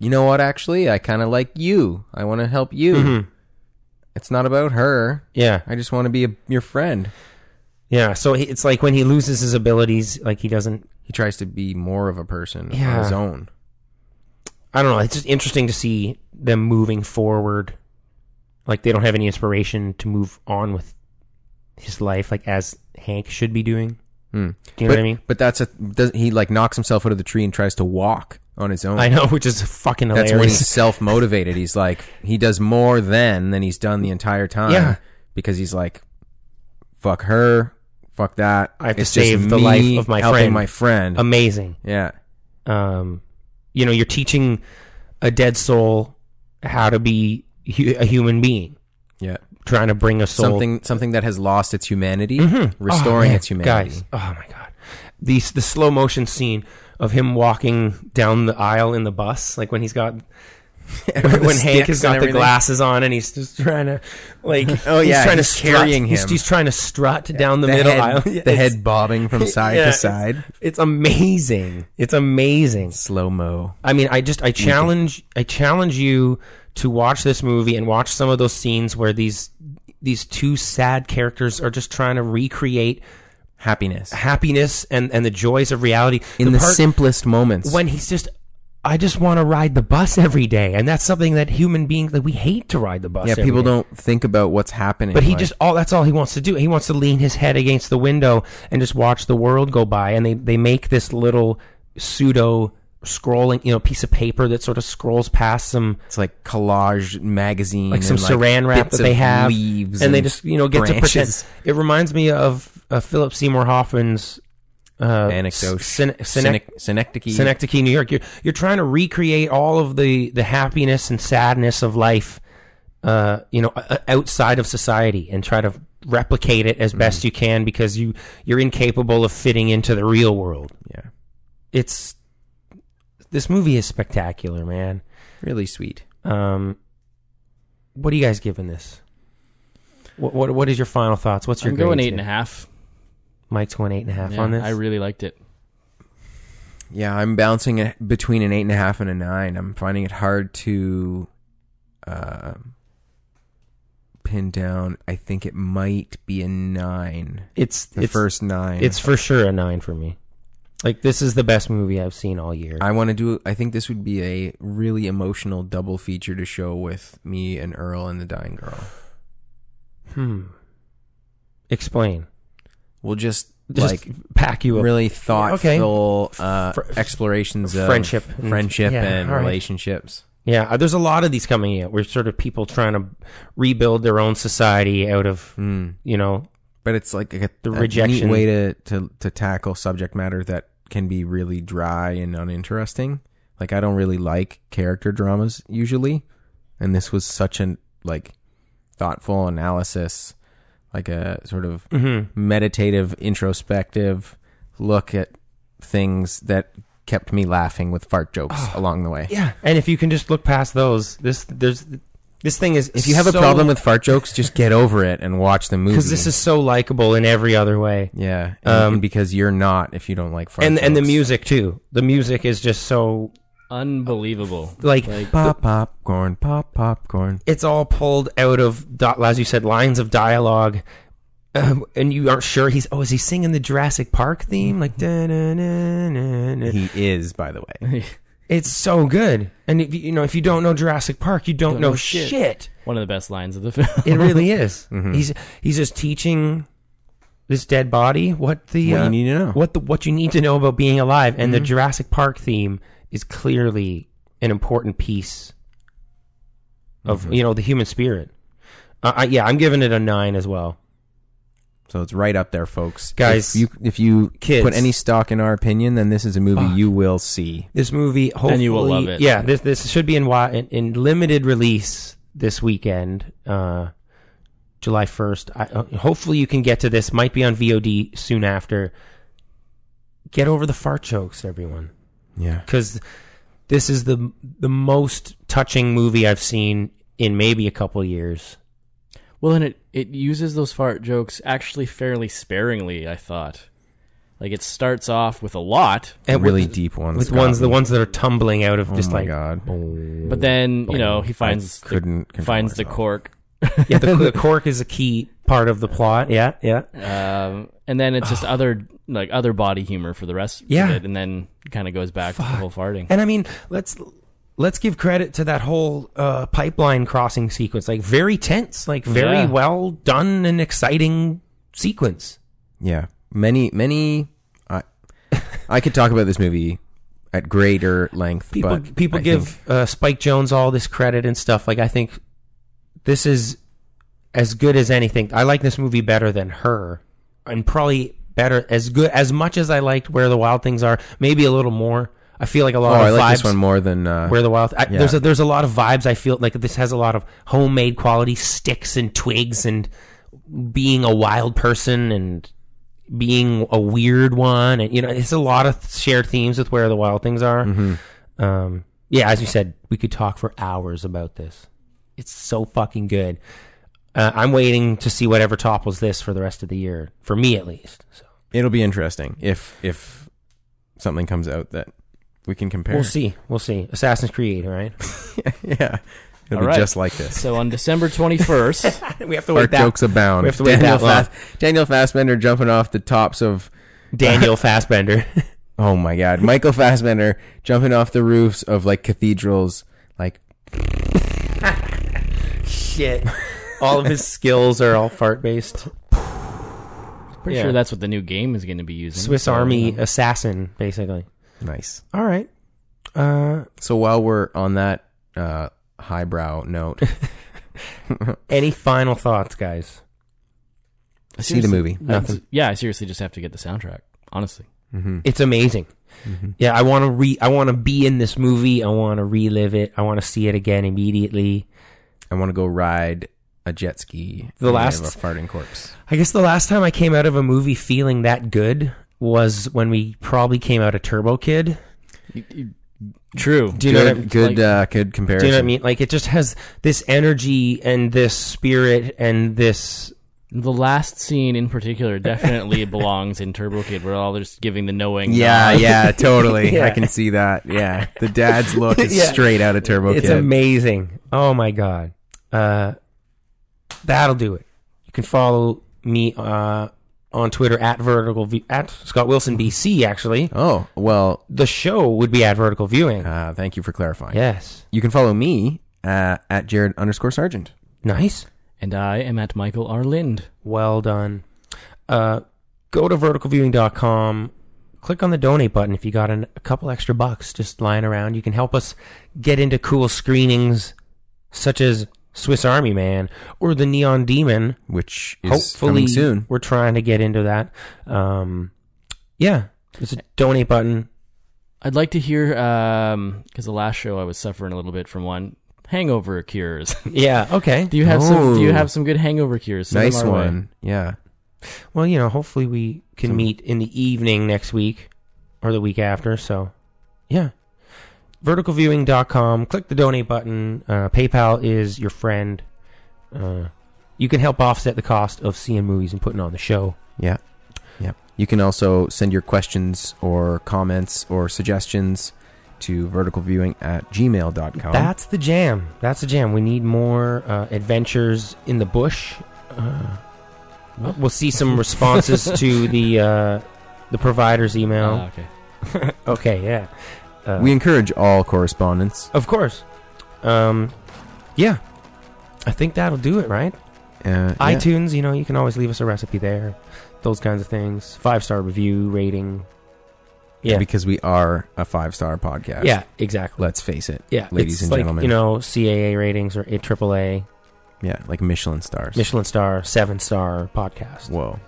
Speaker 5: you know what? Actually, I kind of like you. I want to help you.
Speaker 4: Mm-hmm.
Speaker 5: It's not about her.
Speaker 4: Yeah.
Speaker 5: I just want to be a, your friend.
Speaker 4: Yeah. So he, it's like when he loses his abilities, like he doesn't.
Speaker 5: He tries to be more of a person on
Speaker 4: Yeah.
Speaker 5: his own.
Speaker 4: I don't know. It's just interesting to see them moving forward. Like they don't have any inspiration to move on with his life, like as Hank should be doing.
Speaker 5: Hmm.
Speaker 4: Do you know
Speaker 5: but,
Speaker 4: what I mean?
Speaker 5: But that's a does, he like knocks himself out of the tree and tries to walk on his own.
Speaker 4: I know, which is fucking
Speaker 5: that's
Speaker 4: hilarious.
Speaker 5: when he's self motivated. He's like he does more then than he's done the entire time.
Speaker 4: Yeah.
Speaker 5: Because he's like, fuck her, fuck that.
Speaker 4: I have to
Speaker 5: It's just
Speaker 4: save the
Speaker 5: me
Speaker 4: life of my
Speaker 5: helping
Speaker 4: friend."
Speaker 5: My friend.
Speaker 4: Amazing.
Speaker 5: yeah.
Speaker 4: um, you know, you're teaching a dead soul how to be hu- a human being,
Speaker 5: Yeah.
Speaker 4: trying to bring a soul
Speaker 5: something something that has lost its humanity, restoring
Speaker 4: Oh, man,
Speaker 5: its humanity.
Speaker 4: Guys, oh my god, the the slow motion scene of him walking down the aisle in the bus, like when he's got. when
Speaker 5: the
Speaker 4: Hank has
Speaker 5: sticks
Speaker 4: got
Speaker 5: and
Speaker 4: the
Speaker 5: everything.
Speaker 4: glasses on and he's just trying to, like,
Speaker 5: Oh, yeah,
Speaker 4: he's trying
Speaker 5: he's
Speaker 4: to
Speaker 5: carrying
Speaker 4: strut. He's,
Speaker 5: him.
Speaker 4: he's trying to strut down the, middle
Speaker 5: head,
Speaker 4: aisle.
Speaker 5: the
Speaker 4: It's-
Speaker 5: head bobbing from side
Speaker 4: yeah,
Speaker 5: to
Speaker 4: it's-
Speaker 5: side.
Speaker 4: It's amazing. It's amazing.
Speaker 5: Slow mo.
Speaker 4: I mean, I just I challenge I challenge you to watch this movie and watch some of those scenes where these these two sad characters are just trying to recreate
Speaker 5: Happiness.
Speaker 4: happiness and and the joys of reality
Speaker 5: In the,
Speaker 4: part
Speaker 5: simplest moments.
Speaker 4: when he's just I just want to ride the bus every day, and that's something that human beings like we hate to ride the bus.
Speaker 5: yeah,
Speaker 4: every
Speaker 5: people
Speaker 4: day.
Speaker 5: don't think about what's happening.
Speaker 4: But he
Speaker 5: like-
Speaker 4: just all that's all he wants to do. He wants to lean his head against the window and just watch the world go by. And they they make this little pseudo scrolling, you know, piece of paper that sort of scrolls past some
Speaker 5: It's like collage magazine,
Speaker 4: like some
Speaker 5: and,
Speaker 4: saran wrap
Speaker 5: bits
Speaker 4: that they
Speaker 5: of
Speaker 4: have,
Speaker 5: leaves,
Speaker 4: and, they just you know get
Speaker 5: branches.
Speaker 4: to pretend. It reminds me of uh, Philip Seymour Hoffman's uh,
Speaker 5: Anecdote.
Speaker 4: Syn- Synec-
Speaker 5: Synec- synecdoche.
Speaker 4: Synecdoche, New York. You're you're trying to recreate all of the the happiness and sadness of life, uh, you know, o- outside of society, and try to replicate it as best you can because you you're incapable of fitting into the real world.
Speaker 5: yeah,
Speaker 4: It's this movie is spectacular, man.
Speaker 5: really sweet.
Speaker 4: Um, what are you guys giving this? What what what is your final thoughts? What's your
Speaker 3: I'm going
Speaker 4: grades
Speaker 3: eight and a
Speaker 4: here?
Speaker 3: half.
Speaker 4: Mike's going eight and a half
Speaker 3: Yeah,
Speaker 4: on this.
Speaker 3: I really liked it.
Speaker 5: Yeah, I'm bouncing it between an eight and a half and a nine. I'm finding it hard to uh, pin down. I think it might be a nine.
Speaker 4: it's
Speaker 5: The
Speaker 4: it's,
Speaker 5: first nine.
Speaker 4: it's for sure a nine for me. Like this is the best movie I've seen all year.
Speaker 5: I want to do. I think this would be a really emotional double feature to show with me and Earl and the dying girl.
Speaker 4: hmm. Explain.
Speaker 5: We'll just,
Speaker 4: Just
Speaker 5: like
Speaker 4: pack you up.
Speaker 5: really thoughtful uh,
Speaker 4: Fr-
Speaker 5: explorations of
Speaker 4: friendship and-
Speaker 5: friendship
Speaker 4: yeah,
Speaker 5: and
Speaker 4: all right.
Speaker 5: relationships.
Speaker 4: Yeah, uh, there's a lot of these coming out. We're sort of people trying to rebuild their own society out of
Speaker 5: Mm.
Speaker 4: you know.
Speaker 5: But it's like a,
Speaker 4: The
Speaker 5: a
Speaker 4: rejection.
Speaker 5: neat way to, to to tackle subject matter that can be really dry and uninteresting. Like I don't really like character dramas usually, and this was such an like thoughtful analysis, like a sort of
Speaker 4: Mhm.
Speaker 5: meditative, introspective look at things that kept me laughing with fart jokes along the way.
Speaker 4: Oh, Yeah, and if you can just look past those, this there's this thing is
Speaker 5: If you have a problem with fart jokes, just get over it and watch the movie.
Speaker 4: because this is so likable in every other way.
Speaker 5: yeah, and,
Speaker 4: Um,
Speaker 5: and because you're not if you don't like fart
Speaker 4: and
Speaker 5: jokes.
Speaker 4: and the music too. The music is just so
Speaker 3: Unbelievable.
Speaker 4: like,
Speaker 3: Like-
Speaker 5: pop popcorn, pop popcorn.
Speaker 4: it's all pulled out of di- as you said lines of dialogue. Um, and you aren't sure he's oh is he singing the Jurassic Park theme like da na na na na
Speaker 5: He is, by the way.
Speaker 4: It's so good. And if you you know, if you don't know Jurassic Park, you don't, know, shit.
Speaker 3: One of the best lines of the film.
Speaker 4: It really is.
Speaker 5: Mm-hmm.
Speaker 4: He's he's just teaching this dead body what the uh,
Speaker 5: What you need to know. Mm-hmm.
Speaker 4: what the what you need to know about being alive. And the Jurassic Park theme is clearly an important piece of
Speaker 5: Mm-hmm.
Speaker 4: you know the human spirit. Uh, I, yeah, I'm giving it a nine as well.
Speaker 5: So it's right up there, folks.
Speaker 4: Guys,
Speaker 5: if you if you
Speaker 4: kids.
Speaker 5: put any stock in our opinion, then this is a movie you will see.
Speaker 4: This movie, hopefully,
Speaker 3: you will love it.
Speaker 4: Yeah, this this should be in wi- in, in limited release this weekend, uh, July first. Uh, hopefully, you can get to this. Might be on VOD soon after. Get over the fart jokes, everyone,
Speaker 5: Yeah.
Speaker 4: because this is the the most touching movie I've seen in maybe a couple years.
Speaker 3: Well, and it it uses those fart jokes actually fairly sparingly. I thought, like it starts off with a lot,
Speaker 4: And
Speaker 5: really
Speaker 4: with,
Speaker 5: deep ones.
Speaker 4: with
Speaker 5: Scott.
Speaker 4: ones the ones that are tumbling out of
Speaker 5: Oh
Speaker 4: just
Speaker 5: my
Speaker 4: like
Speaker 5: god.
Speaker 3: but then you know he
Speaker 5: I
Speaker 3: finds
Speaker 5: couldn't
Speaker 3: the,
Speaker 5: control
Speaker 3: finds the
Speaker 5: myself.
Speaker 3: cork,
Speaker 4: yeah, the, the cork is a key part of the plot. Yeah, yeah.
Speaker 3: um, and then it's just other like other body humor for the rest
Speaker 4: Yeah.
Speaker 3: of it, and then kind of goes back to the whole farting.
Speaker 4: And I mean, let's let's give credit to that whole uh, pipeline crossing sequence. Like very tense, like very
Speaker 3: Yeah.
Speaker 4: well done and exciting sequence.
Speaker 5: Yeah. Many many I I could talk about this movie at greater length,
Speaker 4: People
Speaker 5: but
Speaker 4: people
Speaker 5: I
Speaker 4: give
Speaker 5: think-
Speaker 4: uh, Spike Jones all this credit and stuff. Like I think this is as good as anything. I like this movie better than her, and probably better as good as much as I liked Where the Wild Things Are. Maybe a little more. I feel like a
Speaker 5: Oh,
Speaker 4: lot of
Speaker 5: I like
Speaker 4: vibes-
Speaker 5: this one more than uh,
Speaker 4: Where the Wild. I,
Speaker 5: Yeah.
Speaker 4: There's a, there's a lot of vibes. I feel like this has a lot of homemade quality, sticks and twigs, and being a wild person and being a weird one, and you know, it's a lot of shared themes with Where the Wild Things Are.
Speaker 5: Mm-hmm.
Speaker 4: Um, yeah, as you said, we could talk for hours about this. It's so fucking good. Uh, I'm waiting to see whatever topples this for the rest of the year, for me at least. So
Speaker 5: it'll be interesting if if something comes out that we can compare.
Speaker 4: we'll see. We'll see. Assassin's Creed, all right?
Speaker 5: yeah. It'll
Speaker 3: All
Speaker 5: be
Speaker 3: right.
Speaker 5: just like this.
Speaker 3: So on December twenty first,
Speaker 4: we have to
Speaker 5: Our
Speaker 4: wait that
Speaker 5: jokes abound.
Speaker 4: we have to wait
Speaker 5: Daniel
Speaker 4: that long.
Speaker 5: Daniel Fassbender jumping off the tops of
Speaker 4: Daniel Fassbender.
Speaker 5: Oh my god. Michael Fassbender jumping off the roofs of like cathedrals like
Speaker 4: shit. All of his skills are all fart based.
Speaker 3: pretty
Speaker 4: Yeah.
Speaker 3: sure that's what the new game is going to be using.
Speaker 4: Swiss
Speaker 3: So,
Speaker 4: Army
Speaker 3: you know.
Speaker 4: assassin, basically.
Speaker 5: nice.
Speaker 4: All right. Uh,
Speaker 5: So while we're on that uh highbrow note,
Speaker 4: any final thoughts, guys?
Speaker 5: see the movie.
Speaker 4: Nothing.
Speaker 3: Yeah, I seriously just have to get the soundtrack. Honestly,
Speaker 4: It's amazing. Yeah, I want to re. I want to be in this movie. I want to relive it. I want to see it again immediately.
Speaker 5: I want to go ride a jet ski.
Speaker 4: The
Speaker 5: and I
Speaker 4: last-
Speaker 5: have a farting corpse.
Speaker 4: I guess the last time I came out of a movie feeling that good was when we probably came out of Turbo Kid.
Speaker 3: true.
Speaker 4: Do you know
Speaker 5: good,
Speaker 4: what I-
Speaker 5: good,
Speaker 3: like-
Speaker 5: uh, good comparison.
Speaker 4: Do you know what I mean? Like it just has this energy and this spirit and this
Speaker 3: The last scene in particular definitely belongs in Turbo Kid, where all they're just giving the knowing.
Speaker 5: Yeah,
Speaker 3: nod.
Speaker 5: yeah, totally.
Speaker 4: Yeah.
Speaker 5: I can see that. Yeah, the dad's look is
Speaker 4: Yeah.
Speaker 5: straight out of Turbo
Speaker 4: It's
Speaker 5: Kid.
Speaker 4: amazing. Oh my god. Uh, that'll do it. You can follow me uh, on Twitter at vertical View at Scott Wilson BC. Actually,
Speaker 5: oh well,
Speaker 4: the show would be at vertical viewing.
Speaker 5: uh, thank you for clarifying.
Speaker 4: yes.
Speaker 5: You can follow me uh, at Jared underscore Sergeant.
Speaker 4: Nice.
Speaker 3: And I am at Michael R. Lind.
Speaker 4: Well done. Uh, go to verticalviewing.com. Click on the donate button if you got an, a couple extra bucks just lying around. You can help us get into cool screenings such as Swiss Army Man or The Neon Demon.
Speaker 5: Which is
Speaker 4: hopefully
Speaker 5: coming soon.
Speaker 4: We're trying to get into that. Um, yeah, there's a donate button.
Speaker 3: I'd like to hear, because the last show I was suffering a little bit from one hangover cures.
Speaker 4: Yeah, okay.
Speaker 3: do you have some? Do you
Speaker 5: Oh.
Speaker 3: have some good hangover cures? Send them
Speaker 5: Nice
Speaker 3: our way.
Speaker 5: one. Yeah.
Speaker 4: Well, you know, hopefully we can
Speaker 5: Some-
Speaker 4: meet in the evening next week or the week after. So, yeah. Verticalviewing.com. Click the donate button. Uh, PayPal is your friend. Uh, you can help offset the cost of seeing movies and putting on the show.
Speaker 5: Yeah. Yeah. You can also send your questions or comments or suggestions to verticalviewing at gmail.com.
Speaker 4: That's the jam. That's the jam. We need more uh, adventures in the bush. Uh, we'll see some responses to the uh, the provider's
Speaker 3: Ah,
Speaker 4: email.
Speaker 3: okay.
Speaker 4: okay, yeah. Uh,
Speaker 5: We encourage all correspondence.
Speaker 4: of course. Um, yeah, I think that'll do it, right?
Speaker 5: Uh, yeah.
Speaker 4: iTunes, you know, you can always leave us a recipe there. Those kinds of things. Five star review rating. Yeah,
Speaker 5: because we are a five star podcast.
Speaker 4: yeah, exactly.
Speaker 5: let's face it.
Speaker 4: yeah,
Speaker 5: ladies
Speaker 4: it's
Speaker 5: and
Speaker 4: like,
Speaker 5: gentlemen.
Speaker 4: you know, CAA ratings or a AAA,
Speaker 5: Yeah, like Michelin stars.
Speaker 4: Michelin star, seven star podcast.
Speaker 5: Whoa,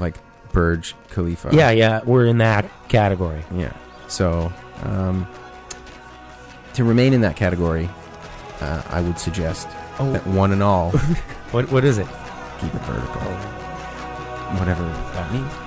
Speaker 5: like Burj Khalifa.
Speaker 4: Yeah, yeah, we're in that category.
Speaker 5: yeah. So, um, to remain in that category, uh, I would suggest
Speaker 4: Oh.
Speaker 5: that one and all
Speaker 4: What what is it?
Speaker 5: keep it vertical, whatever that means.